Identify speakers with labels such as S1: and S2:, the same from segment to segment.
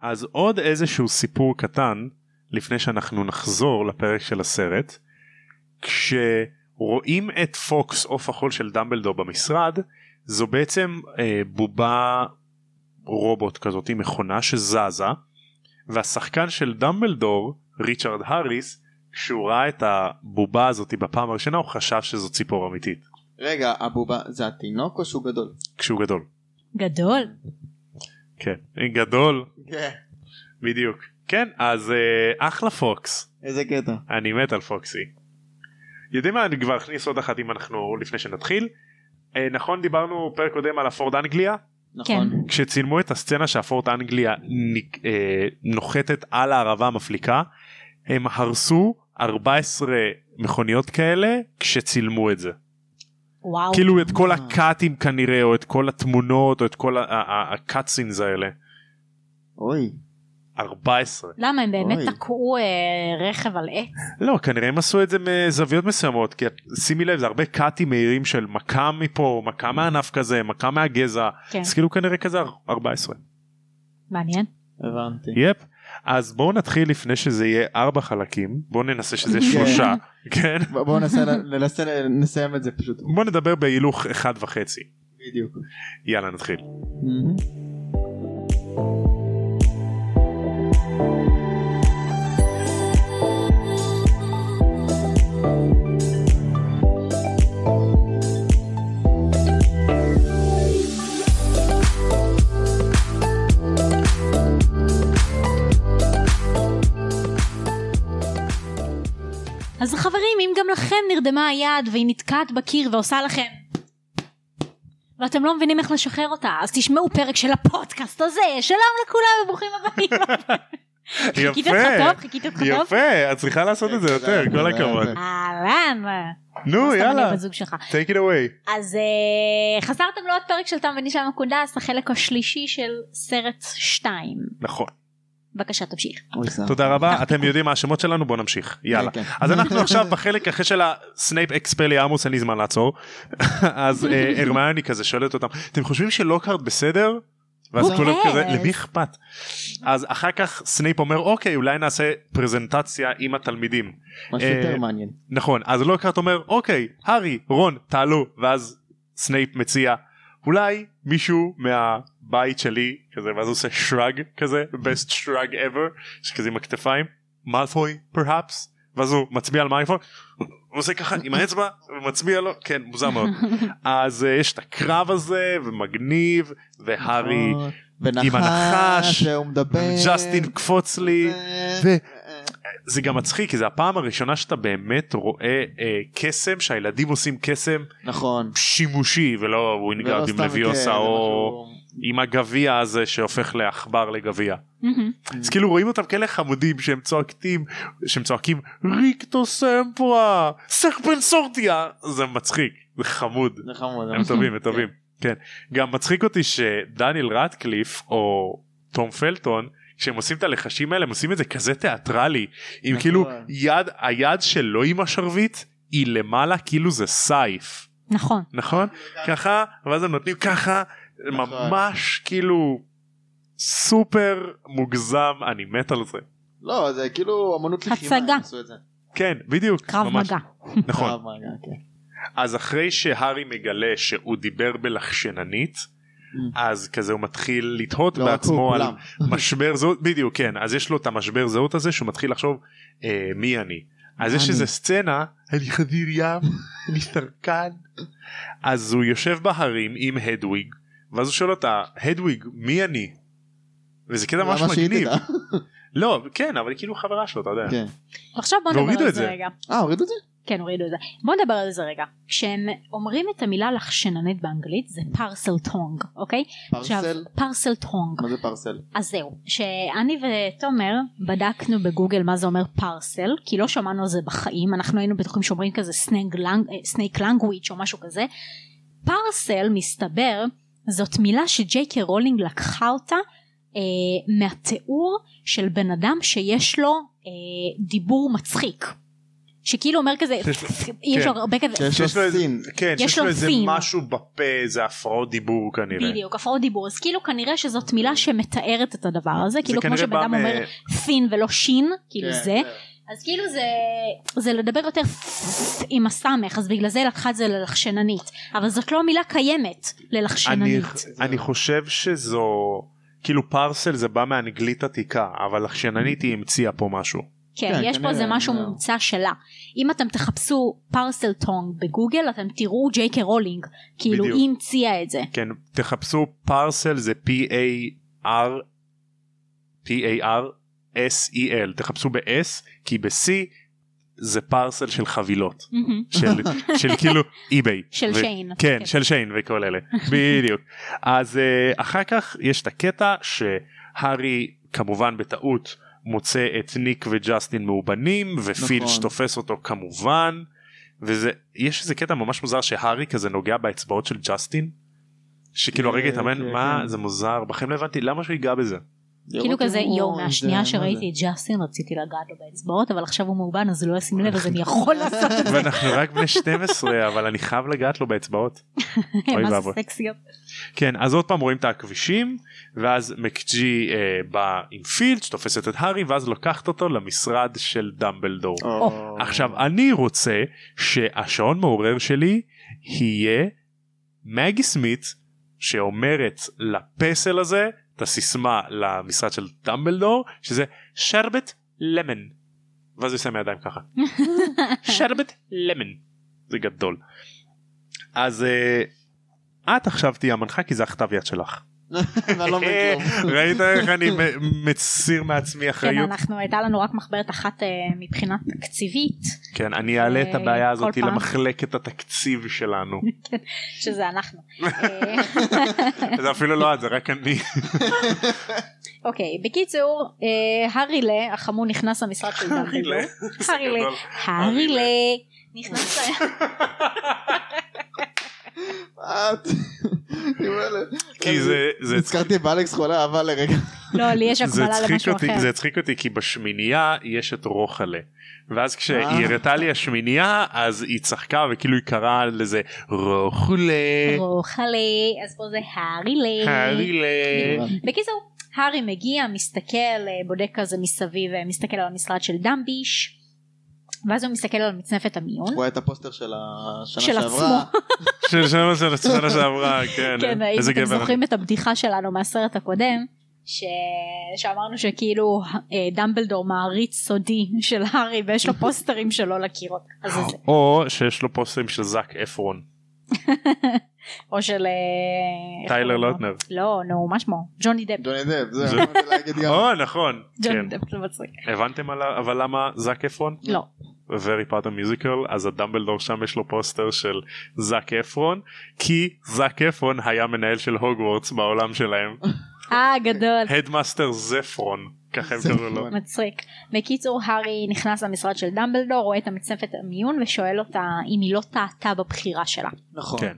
S1: אז עוד איזשהו סיפור קטן לפני שאנחנו נחזור לפרק של הסרט כשרואים את פוקס עוף החול של דמבלדור במשרד זו בעצם אה, בובה רובוט כזאת עם מכונה שזזה והשחקן של דמבלדור ריצ'רד האריס כשהוא ראה את הבובה הזאת בפעם הראשונה הוא חשב שזו ציפור אמיתית
S2: רגע, הבובה זה התינוק או שהוא גדול?
S1: כשהוא גדול
S3: גדול.
S1: כן גדול
S2: כן.
S1: בדיוק כן אז אה, אחלה פוקס
S2: איזה קטע.
S1: אני מת על פוקסי. יודעים מה אני כבר אכניס עוד אחת אם אנחנו לפני שנתחיל. אה, נכון דיברנו פרק קודם על הפורד אנגליה
S2: נכון.
S1: כן. כשצילמו את הסצנה שהפורד אנגליה נק- אה, נוחתת על הערבה המפליקה הם הרסו 14 מכוניות כאלה כשצילמו את זה
S3: וואו.
S1: כאילו את כל
S2: אה.
S1: הקאטים כנראה או את כל התמונות או את כל הקאטסינס האלה
S2: אוי.
S1: 14
S3: למה הם באמת
S2: אוי.
S3: תקעו אה, רכב על עץ?
S1: לא כנראה הם עשו את זה מזוויות מסוימות כי את- שימי לב זה הרבה קאטים מהירים של מכה מפה מכה מענף כזה מכה מהגזע
S3: כן.
S1: אז כאילו כנראה כזה 14.
S3: מעניין.
S2: הבנתי.
S1: יפ. אז בואו נתחיל לפני שזה יהיה ארבע חלקים בואו ננסה שזה יהיה
S2: כן.
S1: שלושה כן
S2: ב- בואו ננסה ל- ננסה ל- נסיים את זה פשוט.
S1: בואו נדבר בהילוך אחד וחצי
S2: בדיוק.
S1: יאללה נתחיל.
S2: מהמם.
S3: אז חברים, אם גם לכם נרדמה היד והיא נתקעת בקיר ועושה לכם... ואתם לא מבינים איך לשחרר אותה, אז תשמעו פרק של הפודקאסט הזה. שלום לכולם וברוכים הבאים. חיכית אותך טוב? חיכית אותך טוב?
S1: יפה את צריכה לעשות את זה יותר כל
S2: תודה, תודה,
S1: הכבוד
S2: תודה.
S3: אהלן.
S1: נו
S3: סתם אני
S1: יאללה
S3: בת זוג שלך.
S1: take it away
S3: אז אה, חסרתם לעוד פרק של תם ונישה מקודס, החלק השלישי של סרט 2.
S1: נכון
S3: בבקשה תמשיך.
S2: אוי, סבבה.
S1: תודה רבה אתם יודעים מה השמות שלנו בואו נמשיך יאללה.
S2: כן, כן.
S1: אז אנחנו עכשיו בחלק אחרי של הסנייפ אקספלי עמוס אין לי זמן לעצור אז אה, הרמיוני כזה שואלת אותם אתם חושבים שלוקהרד בסדר? ואז
S3: Who
S1: כולם
S3: cares?
S1: כזה למי אכפת? אז אחר כך סנייפ אומר אוקיי אולי נעשה פרזנטציה עם התלמידים
S2: משהו
S1: אה,
S2: יותר מעניין.
S1: נכון אז לוקהרד אומר אוקיי הארי רון תעלו ואז סנייפ מציע אולי מישהו מהבית שלי כזה ואז הוא עושה שרג כזה best shrug ever שכזה עם הכתפיים מאלפוי פרהפס ואז הוא מצביע על מאלפוי הוא עושה ככה עם האצבע ומצביע לו כן מוזר מאוד אז אה, יש את הקרב הזה ומגניב והארי
S2: אה, ונחש,
S1: עם הנחש,
S2: שהוא מדבר.
S1: ג'סטין קפוץ לי
S2: ו...
S1: ו- זה גם מצחיק כי זה הפעם הראשונה שאתה באמת רואה אה, קסם שהילדים עושים קסם
S2: נכון.
S1: שימושי ולא
S2: ולא
S1: ווינגרד עם
S2: סתם, כן,
S1: לוויוסה או
S2: משהו-
S1: עם הגביע הזה שהופך לעכבר לגביע.
S2: Mm.
S3: מהמם.
S1: אז כאילו רואים אותם כאלה חמודים שהם צועקים שהם צועקים ריקטו סמפרה סרפנסורטיה זה מצחיק זה חמוד
S2: זה חמוד.
S1: הם טובים הם טובים כן גם מצחיק אותי שדניאל רטקליף או תום פלטון כשהם עושים את הלחשים האלה הם עושים את זה כזה תיאטרלי עם
S2: נכון.
S1: כאילו יד היד שלו עם השרביט היא למעלה כאילו זה סייף
S3: נכון.
S1: נכון ככה ואז הם נותנים ככה
S2: נכון.
S1: ממש כאילו סופר מוגזם אני מת על זה
S2: לא, זה כאילו אמנות לחימה.
S3: הצגה.
S2: הם עשו את זה.
S1: כן בדיוק
S3: קרב
S1: ממש.
S3: מגע.
S1: נכון
S2: קרב מגע, כן.
S1: אז אחרי שהארי מגלה שהוא דיבר בלחשננית אז כזה הוא מתחיל לתהות
S2: כן. לא רק הוא,
S1: בעצמו על
S2: כולם.
S1: משבר זהות בדיוק כן אז יש לו את המשבר זהות הזה שהוא מתחיל לחשוב אה, מי אני אז
S2: מה
S1: יש
S2: אני?
S1: איזה סצנה אני חזיר ים אני סרקן אז הוא יושב בהרים עם הדוויג ואז הוא שואל אותה הדוויג מי אני. וזה קטע ממש
S2: למה שהיא
S1: מגניב
S2: תדע?
S1: לא כן אבל היא כאילו חברה שלו אתה יודע
S2: כן.
S3: עכשיו בוא נדבר
S1: והורידו
S3: על
S1: את
S3: זה
S1: זה.
S3: רגע.
S2: אה, הורידו את זה?
S3: כן הורידו את זה. בוא נדבר על זה רגע. כשהם אומרים את המילה לחשננית באנגלית זה פרסל טונג אוקיי?
S2: פרסל?
S3: פרסל טונג.
S2: מה זה פרסל?
S3: אז זהו. שאני ותומר בדקנו בגוגל מה זה אומר פרסל כי לא שמענו על זה בחיים אנחנו היינו בטוחים שאומרים כזה סנייק לנגוויץ' או משהו כזה. פרסל מסתבר זאת מילה שג'יי קי רולינג לקחה אותה אה, מהתיאור של בן אדם שיש לו אה, דיבור מצחיק שכאילו אומר כזה אה, יש לו הרבה כזה
S2: שיש לו
S1: שיש לו איזה-
S2: סין.
S1: כן,
S3: יש
S1: שיש לו
S3: לו
S1: איזה
S3: פין.
S1: משהו בפה, איזה הפרעות דיבור כנראה.
S3: בדיוק הפרעות דיבור אז כאילו כנראה שזאת מילה שמתארת את הדבר הזה כאילו כמו
S1: כנראה
S3: שבן
S1: בא
S3: אדם
S1: מ-
S3: אומר פין ולא שין כאילו
S2: כן,
S3: זה
S2: כן.
S3: אז כאילו זה זה לדבר יותר עם הסמך אז בגלל זה לקחה את זה ללחשננית אבל זאת לא מילה קיימת
S1: אני,
S3: ללחשננית
S1: אני חושב שזו כאילו פרסל זה בא מאנגלית עתיקה אבל לחשננית היא המציאה פה משהו.
S3: כן
S2: כן,
S3: יש פה
S2: כנראה,
S3: איזה משהו
S2: לא.
S3: מומצא שלה אם אתם תחפשו פרסל טונג בגוגל אתם תראו ג'יי קה רולינג כאילו
S1: בדיוק.
S3: היא המציאה את זה
S1: כן תחפשו פרסל זה p a r p a r s e l תחפשו ב-s כי ב-c זה פרסל של חבילות
S3: מהמם.
S1: של, של כאילו אי-ביי.
S3: של שיין.
S1: כן,
S3: כן.
S1: של שיין וכל אלה. בדיוק. אז uh, אחר כך יש את הקטע שהארי כמובן בטעות מוצא את ניק וג'סטין מאובנים ופילץ'
S2: נכון.
S1: תופס אותו כמובן. וזה יש איזה קטע ממש מוזר שהארי כזה נוגע באצבעות של ג'סטין. שכאילו
S2: כן,
S1: הרגע התאמן
S2: כן,
S1: מה
S2: כן.
S1: זה מוזר בחיים לא הבנתי למה שהוא ייגע בזה.
S3: כאילו
S2: לראות
S3: כזה
S2: אם הוא-
S3: יואו
S2: זה- אה, מה
S3: מהשנייה
S2: זה?
S3: שראיתי את ג'אסין רציתי לגעת לו באצבעות אבל עכשיו הוא מאובן אז הוא לא ישים לב אז אני יכול לעשות את זה.
S1: ואנחנו רק בני 12 אבל אני חייב לגעת לו באצבעות. אוי
S3: מה זה
S1: ואבוי.
S3: סקסיות.
S1: כן אז עוד פעם רואים את הכבישים ואז מקג'י אה, בא עם פילץ' תופסת את הארי ואז לוקחת אותו למשרד של דמבלדור.
S2: או.
S1: עכשיו אני רוצה שהשעון מעורר שלי יהיה מגי סמית שאומרת לפסל הזה את הסיסמה למשרד של דמבלדור שזה שרבט למן. ואז הוא עושה מהידיים ככה. שרבט למן. זה גדול. אז אה, את עכשיו תהיי המנחה כי זה הכתב יד שלך.
S2: אני לא מבין כלום.
S1: ראית איך אני מ- מסיר מעצמי
S3: כן
S1: אחריות?
S3: אנחנו הייתה לנו רק מחברת אחת אה, מבחינה תקציבית
S1: כן אני אעלה את
S3: אה,
S1: הבעיה
S3: כל
S1: הזאת
S3: פעם.
S1: למחלקת התקציב שלנו.
S3: שזה אנחנו. אה,
S1: זה אפילו לא את זה רק אני.
S3: אוקיי בקיצור אה, הארילה החמור נכנס למשרד של דמבלדור.
S1: הארילה.
S3: הארילה.
S1: גדול.
S3: הארילה. נכנס ל-
S2: את. אני אומר לה,
S1: כי זה זה
S2: נזכרתי באלכס חולה אבל לרגע.
S3: לא לי יש
S1: זה
S3: הקבלה
S1: הצחיק
S3: למשהו
S1: אותי זה
S3: אחר.
S1: הצחיק אותי כי בשמינייה יש את רוחלה. ואז
S3: אה.
S1: כשהיא הראתה לי השמינייה אז היא צחקה וכאילו היא קראה לזה רוחלה.
S3: רוחלה אז פה זה הארילה. אה,
S1: הארילה.
S3: בקיצור, הארי מגיע, מסתכל, אה, בודק כזה מסביב, אה, מסתכל על המשרד של דמביש, ואז הוא מסתכל על מצנפת המיון.
S2: הוא רואה את הפוסטר של השנה
S3: אה? של
S2: שעברה.
S1: של שנה של השנה שעברה כן
S3: כן, אם
S1: איזה
S3: אתם
S1: גבר.
S3: זוכרים את הבדיחה שלנו מהסרט הקודם. ש... שאמרנו שכאילו אה, דמבלדור מעריץ סודי של הארי ויש לו פוסטרים שלו לקירות אז זה זה.
S1: או שיש לו פוסטרים של זאק אפרון
S3: או של אה, איך
S1: טיילר
S3: קוראים לו?
S1: לוטנר. כן.
S3: לא נו מה שמו ג'וני דפ
S2: דוני דב,
S1: זה-
S2: זהו. באתי להגיד גם.
S1: או נכון. כן.
S3: ג'וני דפ זה מצחיק
S1: הבנתם על ה- אבל למה זאק אפרון?
S3: לא
S1: ורי פאטר מיוזיקל אז הדמבלדור שם יש לו פוסטר של זאק אפרון כי זאק אפרון היה מנהל של הוגוורטס בעולם שלהם
S3: אה גדול
S1: הדמאסטר זפרון ככה הם קראו לו
S2: זפרון.
S3: מצחיק. בקיצור הארי נכנס למשרד של דמבלדור רואה את המצנפת המיון ושואל אותה אם היא לא טעתה בבחירה שלה.
S2: נכון.
S1: כן.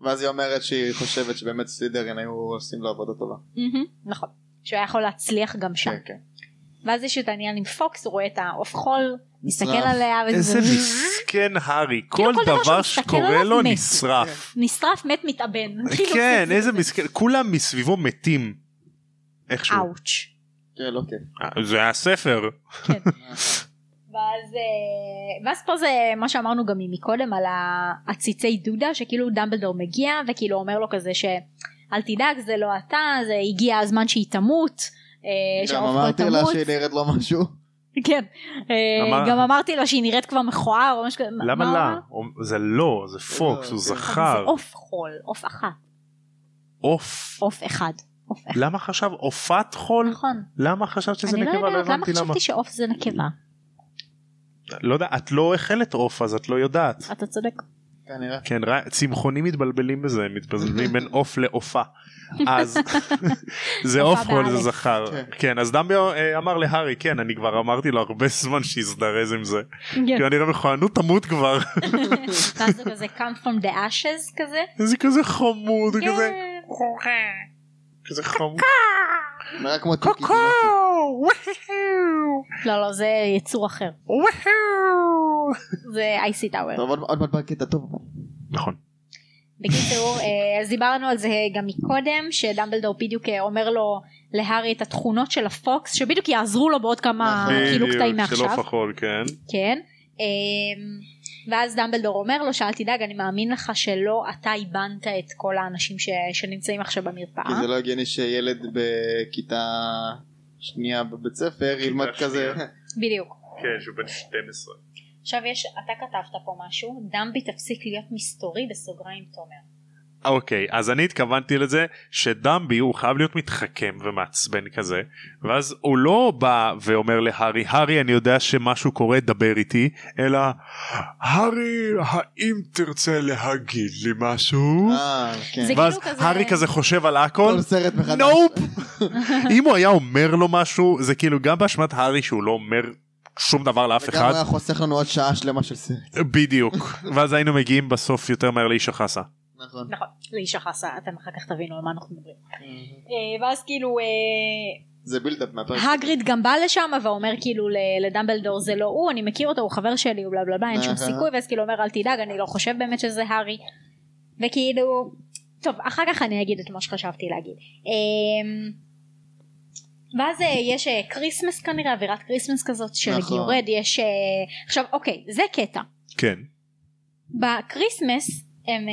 S2: ואז היא אומרת שהיא חושבת שבאמת סלידרין היו עושים לו עבודה טובה.
S3: נכון. שהוא היה יכול להצליח גם שם.
S2: כן, כן.
S3: ואז יש את העניין עם פוקס הוא רואה את העוף חול מסתכל
S2: נשרף.
S3: עליה
S1: איזה
S3: וזה
S1: מסכן הארי כל
S3: כאילו כל דבר
S1: דבר
S3: שהוא מסתכל
S1: שקורה
S3: עליו
S1: לו
S3: מת.
S1: נשרף
S3: נשרף מת מתאבן. כאילו,
S1: כן
S3: זה-
S1: איזה
S3: זה-
S1: מסכן כולם מסביבו מתים איכשהו
S3: אאוץ'.
S2: כן, אוקיי.
S1: אה, זה היה ספר
S3: אה, ואז, אה, ואז פה זה מה שאמרנו גם מקודם על העציצי דודה שכאילו דמבלדור מגיע וכאילו אומר לו כזה שאל תדאג זה לא אתה זה הגיע הזמן שהיא תמות. אה,
S2: גם
S3: שהעוף
S2: אמרתי
S3: פה
S2: לה
S3: תמות."
S2: שהיא נראית לא משהו.
S3: כן, אה,
S1: אמר-
S3: גם אמרתי לה שהיא נראית כבר מכוער או משהו כזה. מה-
S1: למה
S3: מה הוא
S1: לה
S3: אמר?
S1: זה לא זה פוקס
S2: לא,
S1: הוא
S2: כן.
S3: אבל זה
S1: זכר
S3: עוף חול, עוף אחת,
S1: עוף
S3: עוף אחד. עוף אחד.
S1: למה חשב עופת חול
S3: נכון,
S1: למה חשבת שזה
S3: אני לא
S1: נקבה לא
S3: יודעת, למה
S1: הבנתי למה
S3: חשבתי שעוף זה נקבה?
S1: לא יודע, את לא אכלת עוף אז את לא יודעת.
S3: אתה צודק.
S2: כנראה.
S1: כן, ר- צמחונים מתבלבלים בזה, הם מתבלבלים בין עוף לעופה. אז זה
S3: עופה
S1: עוף חול זה
S3: באלף.
S1: זכר.
S2: כן.
S1: כן, אז דמביו אה, אמר להארי, כן, אני כבר אמרתי לו הרבה זמן שיזדרז עם זה.
S3: כן.
S1: כי אני רואה מכוער, נו תמות כבר.
S3: ואז זה כזה come from the ashes כזה.
S1: זה כזה חמוד, כזה
S3: כן. אה,
S1: כזה חמוד.
S2: נראה כמו טיקי.
S1: קוקו! וואו!
S3: לא לא זה יצור אחר.
S1: וואו!
S3: זה אייסי טאוור.
S2: טוב, עוד- עוד מעט בא קטע טוב. אבל.
S1: נכון.
S3: בקיצור אה, אז דיברנו על זה גם מקודם שדמבלדור בדיוק אה, אומר לו להארי את התכונות של הפוקס שבדיוק יעזרו לו בעוד כמה
S2: נכון.
S3: כאילו
S1: בדיוק, של
S3: קטעים מעכשיו.
S1: עוף החול, כן.
S3: כן. אמ, ואז דמבלדור אומר לו שאל תדאג אני מאמין לך שלא אתה איבנת את כל האנשים ש... שנמצאים עכשיו
S2: כי
S3: במרפאה.
S2: זה לא הגיוני שילד בכיתה שנייה בבית ספר ילמד כזה.
S3: בדיוק.
S1: כן, שהוא בן 12.
S3: עכשיו יש, אתה כתבת פה משהו, דמבי תפסיק להיות מסתורי בסוגריים תומר.
S1: אוקיי, אז אני התכוונתי לזה שדמבי הוא חייב להיות מתחכם ומעצבן כזה, ואז הוא לא בא ואומר להארי, הארי אני יודע שמשהו קורה, דבר איתי, אלא הארי, האם תרצה להגיד לי משהו?
S2: אה, כן.
S3: זה-
S1: ואז
S3: כאילו כזה-
S1: הארי כזה חושב על הכל,
S2: כל סרט מחדש.
S1: נופ. אם הוא היה אומר לו משהו, זה כאילו גם באשמת הארי שהוא לא אומר שום דבר לאף
S2: וגם
S1: אחד,
S2: היה חוסך לנו עוד שעה שלמה של סרט.
S1: בדיוק, ואז היינו מגיעים בסוף יותר מהר לאיש החסה.
S2: נכון.
S3: נכון, זה איש החסה, אתם אחר כך תבינו על מה אנחנו מדברים. אה, ואז כאילו אה,
S2: זה בילדאפ מהפרק.
S3: הגריד גם בא לשם ואומר כאילו ל- לדמבלדור זה לא הוא, אני מכיר אותו, הוא חבר שלי, הוא בלה בלה בלה, אין שום
S2: אהה.
S3: סיכוי, ואז כאילו אומר אל תדאג, אני לא חושב באמת שזה הארי. וכאילו, טוב, אחר כך אני אגיד את מה שחשבתי להגיד. אמ, ואז אה, יש אה, כריסמס כנראה, אווירת כריסמס כזאת של
S2: נכון.
S3: גיורד, יש... אה, עכשיו, אוקיי, זה קטע.
S1: כן.
S3: בקריסמס הם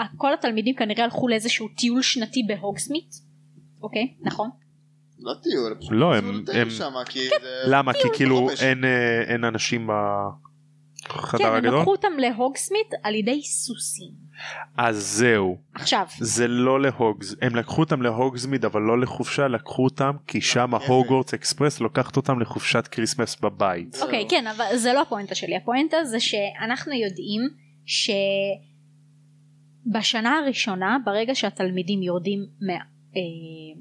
S3: אה, כל התלמידים כנראה הלכו לאיזשהו טיול שנתי בהוגסמית אוקיי נכון
S2: לא טיול. פשוט
S1: לא, הם-
S2: טיול
S1: הם-
S2: שם, כי
S3: כן.
S2: זה...
S1: למה? כי כאילו
S2: בחופש.
S1: אין, אה, אין אנשים בחדר
S3: כן הם
S1: הגדול?
S3: לקחו אותם להוגסמית על ידי סוסים
S1: אז זהו,
S3: עכשיו
S1: זה לא להוגז, הם לקחו אותם להוגזמיד אבל לא לחופשה, לקחו אותם כי שם
S2: רכבת.
S1: ההוגוורטס אקספרס לוקחת אותם לחופשת כריסמס בבית.
S2: זהו.
S3: אוקיי כן אבל זה לא הפואנטה שלי הפואנטה זה שאנחנו יודעים שבשנה הראשונה ברגע שהתלמידים יורדים מה... אה,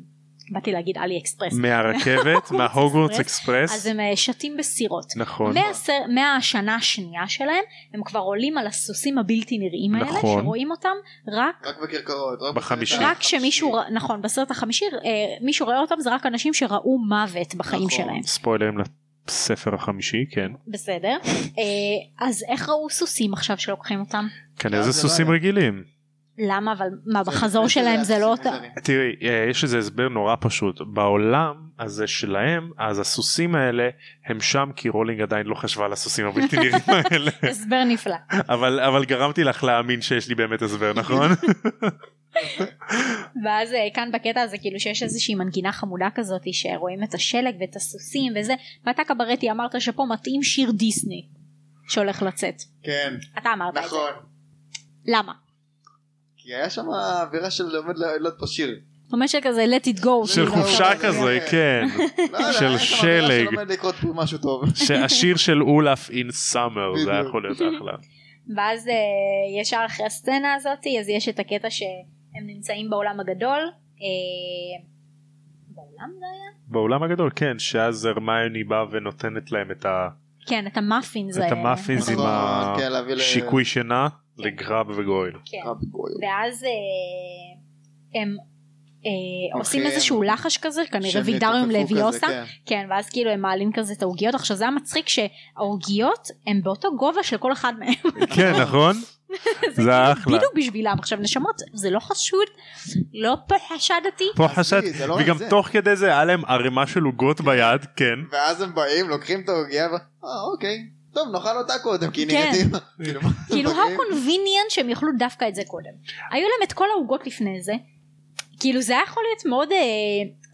S3: באתי להגיד עלי אקספרס
S1: מהרכבת, מההוגוורטס
S3: אז
S1: אקספרס,
S3: הם אה, שתים בסירות
S1: נכון,
S3: מהסר, מהשנה השנייה שלהם הם כבר עולים על הסוסים הבלתי נראים האלה
S1: נכון.
S3: שרואים אותם רק
S2: רק בכרכרות. רק
S1: בחמישי.
S2: בסרט
S3: רק כשמישהו ר- נכון בסרט החמישי אה, מישהו רואה אותם זה רק אנשים שראו מוות בחיים
S2: נכון.
S3: שלהם
S1: ספוילרים לספר החמישי, כן,
S3: בסדר אה, אז איך ראו סוסים עכשיו שלוקחים אותם
S1: כנראה
S2: אז
S1: זה
S2: זה לא
S1: סוסים
S2: היה.
S1: רגילים.
S3: למה אבל מה
S2: זה-
S3: בחזור שלהם זה לא אותה
S1: תראי אה, יש איזה הסבר נורא פשוט בעולם הזה שלהם אז הסוסים האלה הם שם כי רולינג עדיין לא חשבה על הסוסים הבלתי נראים האלה
S3: הסבר נפלא
S1: אבל אבל גרמתי לך להאמין שיש לי באמת הסבר נכון
S3: ואז אה, כאן בקטע הזה כאילו שיש איזושהי מנגינה חמודה כזאת שרואים את השלג ואת הסוסים וזה ואתה קברטי אמרת שפה מתאים שיר דיסני שהולך לצאת
S2: כן,
S3: אתה אמרת את זה
S2: נכון.
S3: למה?
S2: כי היה שם אווירה של עומד לעלות פה שיר.
S3: זאת אומרת שכזה let it go
S1: של
S3: כאילו.
S1: חופשה
S2: לא,
S1: כזה
S2: זה-
S1: כן
S2: לא, לא,
S1: של
S2: היה שם אווירה
S1: שלג.
S2: של עומד לקרות פה משהו טוב.
S1: שהשיר של אולף אין סאמר זה היה
S2: בדיוק.
S1: יכול להיות אחלה
S3: ואז אה, ישר אחרי הסצנה הזאת אז יש את הקטע שהם נמצאים בעולם הגדול אה, בעולם זה היה?
S1: בעולם הגדול כן שאז הרמיוני באה ונותנת להם את ה-
S3: כן את המאפינס
S1: את
S3: האלה.
S1: המאפינס עם
S2: נכון, כן, להביא ל-
S1: השיקוי שינה לגראב וגויל
S3: כן.
S2: אה, בגויו.
S3: ואז אה, הם אה, עושים
S2: אוקיי.
S3: איזשהו לחש כזה כנראה
S2: שהם
S3: וידר עם
S2: יתופפו כזה,
S3: לוויוסה
S2: כן.
S3: כן ואז כאילו הם מעלים כזה את העוגיות עכשיו זה היה מצחיק שהעוגיות הם באותו גובה של כל אחד מהם כאילו
S1: כן נכון זה היה אחלה
S3: בדיוק בשבילם עכשיו נשמות זה לא חשוד לא פחשדתי
S1: פה
S2: עזבי,
S1: חשד
S2: זה לא רק
S1: וגם
S2: זה.
S1: תוך כדי זה היה להם ערימה של עוגות ביד כן
S2: ואז הם באים, לוקחים את העוגיה, ו- אה אוקיי, טוב נאכל אותה קודם, כי היא
S3: כן.
S2: נראית... כאילו, מה,
S3: כאילו
S2: אתם
S3: how
S2: באים?
S3: convenient שהם יאכלו דווקא את זה קודם. היו להם את כל העוגות לפני זה. כאילו זה היה יכול להיות מאוד אה,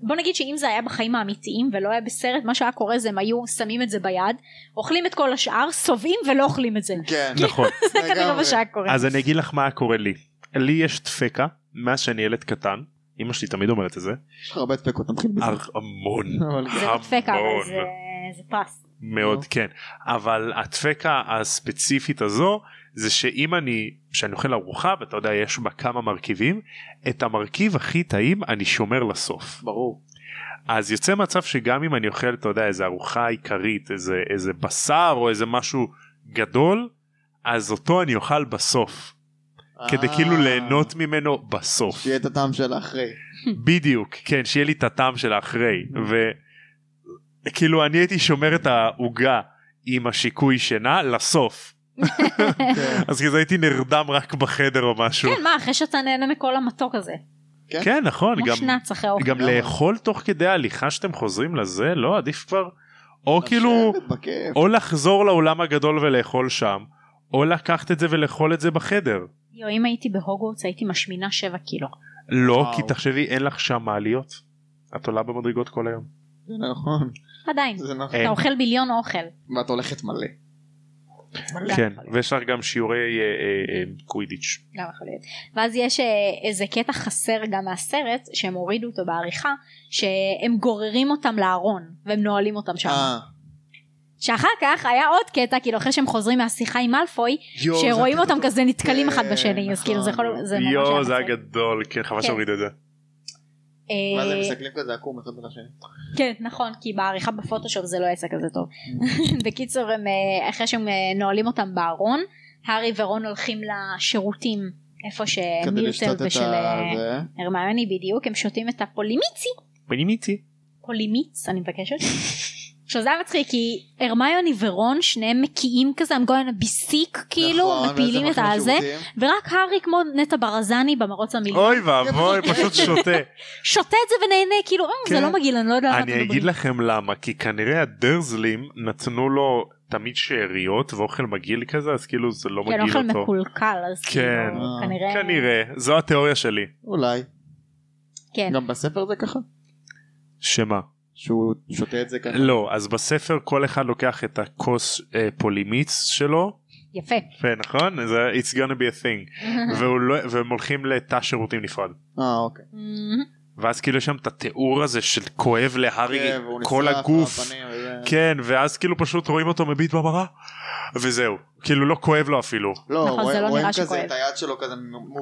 S3: בוא נגיד שאם זה היה בחיים האמיתיים ולא היה בסרט מה שהיה קורה זה הם היו שמים את זה ביד אוכלים את כל השאר שובעים ולא אוכלים את זה.
S2: כן,
S1: נכון
S3: כאילו, זה כנראה מה
S2: לגמרי.
S3: שהיה קורה.
S1: אז אני אגיד לך מה קורה לי לי יש דפקה מאז שאני ילד קטן אמא שלי תמיד אומרת את זה
S2: יש לך הרבה דפקות, נתחיל בזה.
S1: הר- המון
S2: אבל-
S3: זה לא דפקה אבל זה-
S1: המון.
S3: זה פרס.
S1: מאוד כן אבל הדפקה הספציפית הזו זה שאם אני שאני אוכל ארוחה ואתה יודע יש בה כמה מרכיבים את המרכיב הכי טעים אני שומר לסוף
S2: ברור.
S1: אז יוצא מצב שגם אם אני אוכל אתה יודע איזה ארוחה עיקרית איזה איזה בשר או איזה משהו גדול אז אותו אני אוכל בסוף כדי
S2: אה,
S1: כאילו ליהנות ממנו בסוף
S2: שיהיה את הטעם של האחרי.
S1: בדיוק כן שיהיה כאילו, לי את הטעם של האחרי וכאילו אני הייתי שומר את העוגה עם השיקוי שינה לסוף.
S2: כן.
S1: אז כזה הייתי נרדם רק בחדר או משהו.
S3: כן, מה, אחרי שאתה נהנה מכל המתוק הזה.
S2: כן.
S1: כן, נכון,
S3: כמו לא.
S1: גם
S3: שנץ אחרי האוכל.
S1: גם
S2: לגמרי.
S1: לאכול תוך כדי ההליכה שאתם חוזרים לזה, לא, עדיף כבר. או
S2: לשבת
S1: כאילו,
S3: כן.
S2: בכיף.
S1: או לחזור לאולם הגדול ולאכול שם, או לקחת את זה ולאכול את זה בחדר.
S3: יו, אם הייתי בהוגוורטס הייתי משמינה 7 קילו.
S1: לא,
S2: וואו.
S1: כי תחשבי, אין לך שם מעליות. את עולה במדרגות כל היום. אה,
S2: זה נכון.
S3: עדיין.
S2: זה נכון.
S1: אין.
S3: אתה אוכל ביליון אוכל.
S1: אה.
S2: ואת הולכת מלא.
S1: כן, ויש לך גם שיעורי אה, אה, אה, קווידיץ'.
S3: גם יכול להיות. ואז יש אה, איזה קטע חסר גם מהסרט שהם הורידו אותו בעריכה שהם גוררים אותם לארון והם נועלים אותם שם.
S2: אה,
S3: שאחר כך היה עוד קטע כאילו אחרי שהם חוזרים מהשיחה עם מאלפוי
S2: יואו, זה
S3: שרואים
S2: הקטע
S3: אותם
S2: טוב.
S3: כזה נתקלים אחד
S2: כן,
S3: בשני אז
S2: נכון.
S3: כאילו זה יכול זה ממש
S1: יואו, זה היה
S3: מצחיק.
S1: גדול, כן, חבל
S3: כן.
S1: שהורידו את זה.
S3: אה,
S2: ואז הם מסתכלים כזה עקום אחד על השני.
S3: כן נכון כי בעריכה בפוטושופ זה לא יצא כזה טוב.
S2: Mm.
S3: בקיצור הם אה, אחרי שהם אה, נועלים אותם בארון הארי ורון הולכים לשירותים איפה
S2: כדי לשתות
S3: שמירטל
S2: את
S3: ושל
S2: ה...
S3: אה,
S2: זה.
S3: הרמיוני בדיוק הם שותים את הפולימיצי
S1: פנימיצי.
S3: פולימיץ אני מבקשת. עכשיו זה היה מצחיק כי הרמיוני ורון שניהם מקיאים כזה I'm going to be sick כאילו
S2: נכון, ואז
S3: מפעילים
S2: הם
S3: את
S2: הולכים
S3: הזה
S2: לשירותים.
S3: ורק הארי כמו נטע ברזני במרוץ המילים
S1: אוי ואבוי, פשוט שותה.
S3: שותה את זה ונהנה כאילו "אה, זה
S1: כן.
S3: לא מגעיל אני לא יודעת מה אתם
S1: אני אגיד
S3: מדברים.
S1: לכם למה, כי כנראה הדרזלים נתנו לו תמיד שאריות ואוכל מגעיל כזה, אז כאילו זה לא
S3: כן
S1: מגעיל
S3: אוכל
S1: אותו.
S3: מקולקל אז
S1: כן.
S3: כאילו
S2: אה,
S3: כנראה
S1: כנראה, זו התיאוריה שלי.
S2: אולי.
S3: כן.
S2: גם בספר זה ככה?
S1: שמה?
S2: שהוא שותה את זה ככה?
S1: לא, אז בספר כל אחד לוקח את הכוס אה, פולימיץ שלו,
S3: יפה.
S1: יפה, נכון? זה It's gonna be a thing, והוא לא- והם הולכים לתא שירותים נפרד.
S2: אה, אוקיי.
S1: ואז כאילו יש שם את התיאור הזה של כואב להארי
S2: כן, והוא
S1: כל
S2: נשרף
S1: הגוף.
S2: מהפנים
S3: נכון,
S2: וזה.
S1: כן, ואז כאילו פשוט רואים אותו מביט במראה, וזהו. כאילו לא כואב לו אפילו.
S2: לא,
S3: נכון,
S2: רואה-
S3: זה לא
S2: רואים
S3: נראה
S2: כזה
S3: שכואב.
S2: את היד שלו כזה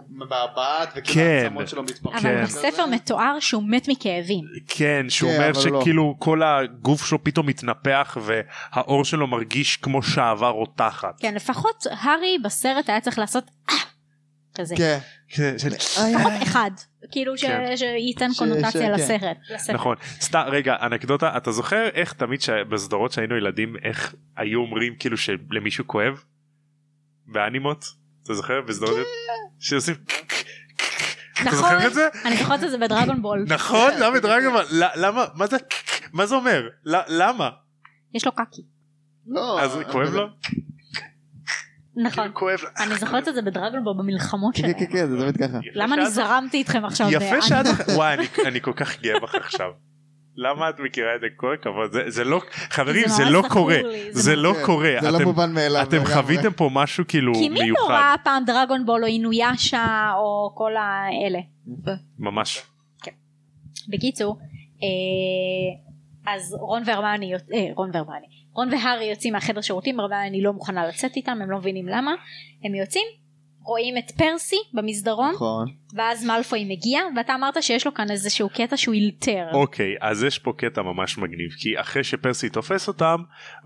S2: מבעבעת, וכאילו
S1: כן.
S2: העצמות שלו מתפרקות.
S3: אבל
S1: כן.
S3: בספר מתואר שהוא מת מכאבים.
S1: כן, שהוא
S2: כן,
S1: אומר
S2: אבל לא.
S1: שכאילו כל הגוף שלו פתאום מתנפח והעור שלו מרגיש כמו שעבר רותחת.
S3: כן לפחות הארי בסרט היה צריך לעשות "אה", כזה.
S2: כן.
S1: כן, של-
S3: לפחות אחד. כאילו ש-
S1: כן.
S3: שייתן
S2: ש- כן.
S3: קונוטציה
S2: ש-
S3: לסרט. לסרט.
S1: נכון סתם רגע אנקדוטה אתה זוכר איך תמיד ש- בסדרות שהיינו ילדים איך היו אומרים כאילו שלמישהו כואב באנימות אתה זוכר בסדרות שעושים
S3: נכון?
S1: אתה זוכר את זה
S3: אני זוכרת את זה בדרגון בול.
S1: נכון למה דרגמן למה מה זה מה זה אומר ל- למה
S3: יש לו קקי.
S2: לא.
S1: אז כואב לו
S3: נכון.
S1: כאילו כואב לו.
S3: אני זוכרת את זה בדרגון בול במלחמות
S2: כן,
S3: שלהם.
S2: כן, כן, זה תמיד ככה.
S1: יפה
S3: למה אני
S1: שאת-
S3: זרמתי איתכם עכשיו?
S1: יפה
S3: באנ-
S1: שאת וואי אני- אני כל כך גאה בך עכשיו למה את מכירה את זה כל הכבוד זה- זה לא חברים זה
S3: ממש
S1: לא
S3: זכור
S1: קורה
S3: לי, זה
S1: זה לא
S2: כן,
S1: קורה
S2: זה לא
S1: אתם-
S2: מובן מאליו.
S1: אתם
S2: לגמרי.
S1: חוויתם פה משהו כאילו
S3: כי מי לא
S1: מיוחד
S3: ראה פעם דרגון בול או אינויאשה או כל האלה.
S1: ממש
S3: בקיצור, אה, אז רון והרמני, יוצ- אה, רון והרמני, רון והארי יוצאים מהחדר שירותים, הרמני לא מוכנה לצאת איתם, הם לא מבינים למה, הם יוצאים, רואים את פרסי במסדרון,
S2: נכון.
S3: ואז מאלפוי מגיע, ואתה אמרת שיש לו כאן איזשהו קטע שהוא אילתר.
S1: אוקיי אז יש פה קטע ממש מגניב כי אחרי שפרסי תופס אותם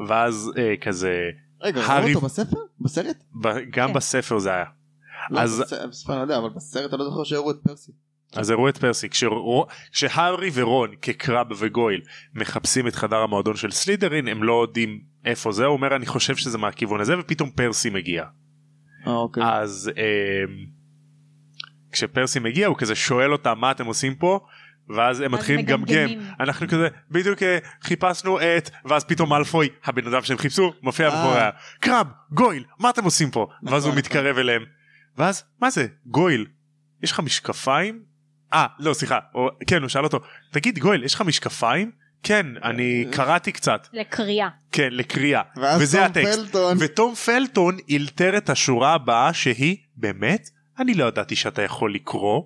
S1: ואז אה, כזה
S2: רגע,
S1: הארי-
S2: ראו אותו בספר? בסרט?
S1: ב- גם
S3: כן.
S1: בספר זה היה
S2: לא,
S1: אז-
S2: בס- בספר אני לא יודע, אבל בסרט אני לא זוכר שהראו את פרסי.
S1: אז הראו את פרסי כשרו- כשהארי ורון כקרב וגויל מחפשים את חדר המועדון של סלידרין הם לא יודעים איפה זה הוא אומר אני חושב שזה מהכיוון הזה ופתאום פרסי מגיע
S2: אה, אוקיי.
S1: אז אמ, כשפרסי מגיע הוא כזה שואל אותם מה אתם עושים פה ואז הם
S3: אז
S1: מתחילים לגמגם
S3: מגמגמים.
S1: אנחנו כזה בדיוק אה, חיפשנו את ואז פתאום אלפוי הבן אדם שהם חיפשו מופיע
S2: אה.
S1: מאחוריה קרב גויל מה אתם עושים פה ואז הוא
S2: נכון.
S1: מתקרב אליהם ואז מה זה גויל יש לך משקפיים אה לא סליחה או, כן הוא שאל אותו תגיד גויל יש לך משקפיים כן אני קראתי קצת
S3: לקריאה.
S1: כן לקריאה
S2: אה, ואז
S1: וזה
S2: תום
S1: הטקסט
S2: פלטון.
S1: ותום פלטון אילתר את השורה הבאה שהיא באמת אני לא ידעתי שאתה יכול לקרוא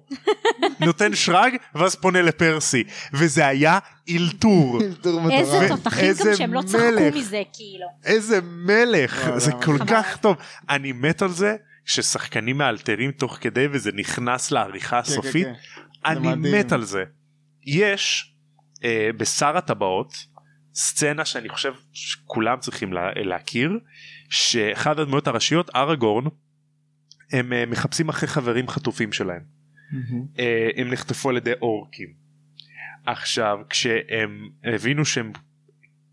S1: נותן שרג ואז פונה לפרסי וזה היה אילתור
S2: אלתור
S3: איזה
S2: מטורף.
S3: תותחים גם
S1: ואיזה
S3: שהם לא
S1: מלך.
S3: צחקו מזה, כאילו.
S1: איזה מלך
S2: וואלה,
S1: זה
S2: ממש.
S1: כל
S3: חבל.
S1: כך טוב אני מת על זה ששחקנים מאלתרים תוך כדי וזה נכנס לעריכה
S2: כן, כן,
S1: הסופית
S2: כן.
S1: אני
S2: מדהים.
S1: מת על זה יש אה, בשר הטבעות סצנה שאני חושב שכולם צריכים לה, להכיר שאחד הדמויות הראשיות ארגורן הם אה, מחפשים אחרי חברים חטופים שלהם אה, הם נחטפו על ידי אורקים עכשיו כשהם הבינו שהם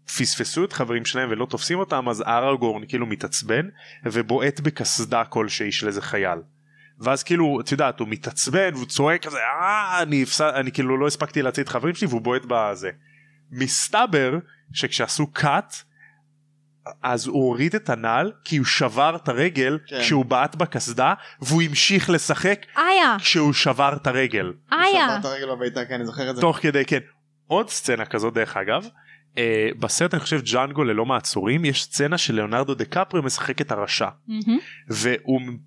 S1: פספסו את חברים שלהם ולא תופסים אותם אז אראגורן כאילו מתעצבן ובועט בקסדה כלשהי של איזה חייל. ואז כאילו את יודעת הוא מתעצבן והוא צועק כזה אה אני, אפס... אני כאילו לא הספקתי להציל את חברים שלי והוא בועט בזה. מסתבר שכשעשו קאט אז הוא הוריד את הנעל כי הוא שבר את הרגל
S2: כן.
S1: כשהוא בעט בקסדה והוא המשיך לשחק
S3: איה,
S1: כשהוא שבר את הרגל.
S3: איה.
S2: שבר את הרגל בביתה, כן, אני זוכר את זה.
S1: תוך כדי כן. עוד סצנה כזאת דרך אגב. אה, בסרט אני חושב ג'אנגו ללא מעצורים יש סצנה של ליאונרדו דה קפרי משחק את הרשע
S3: מהמם.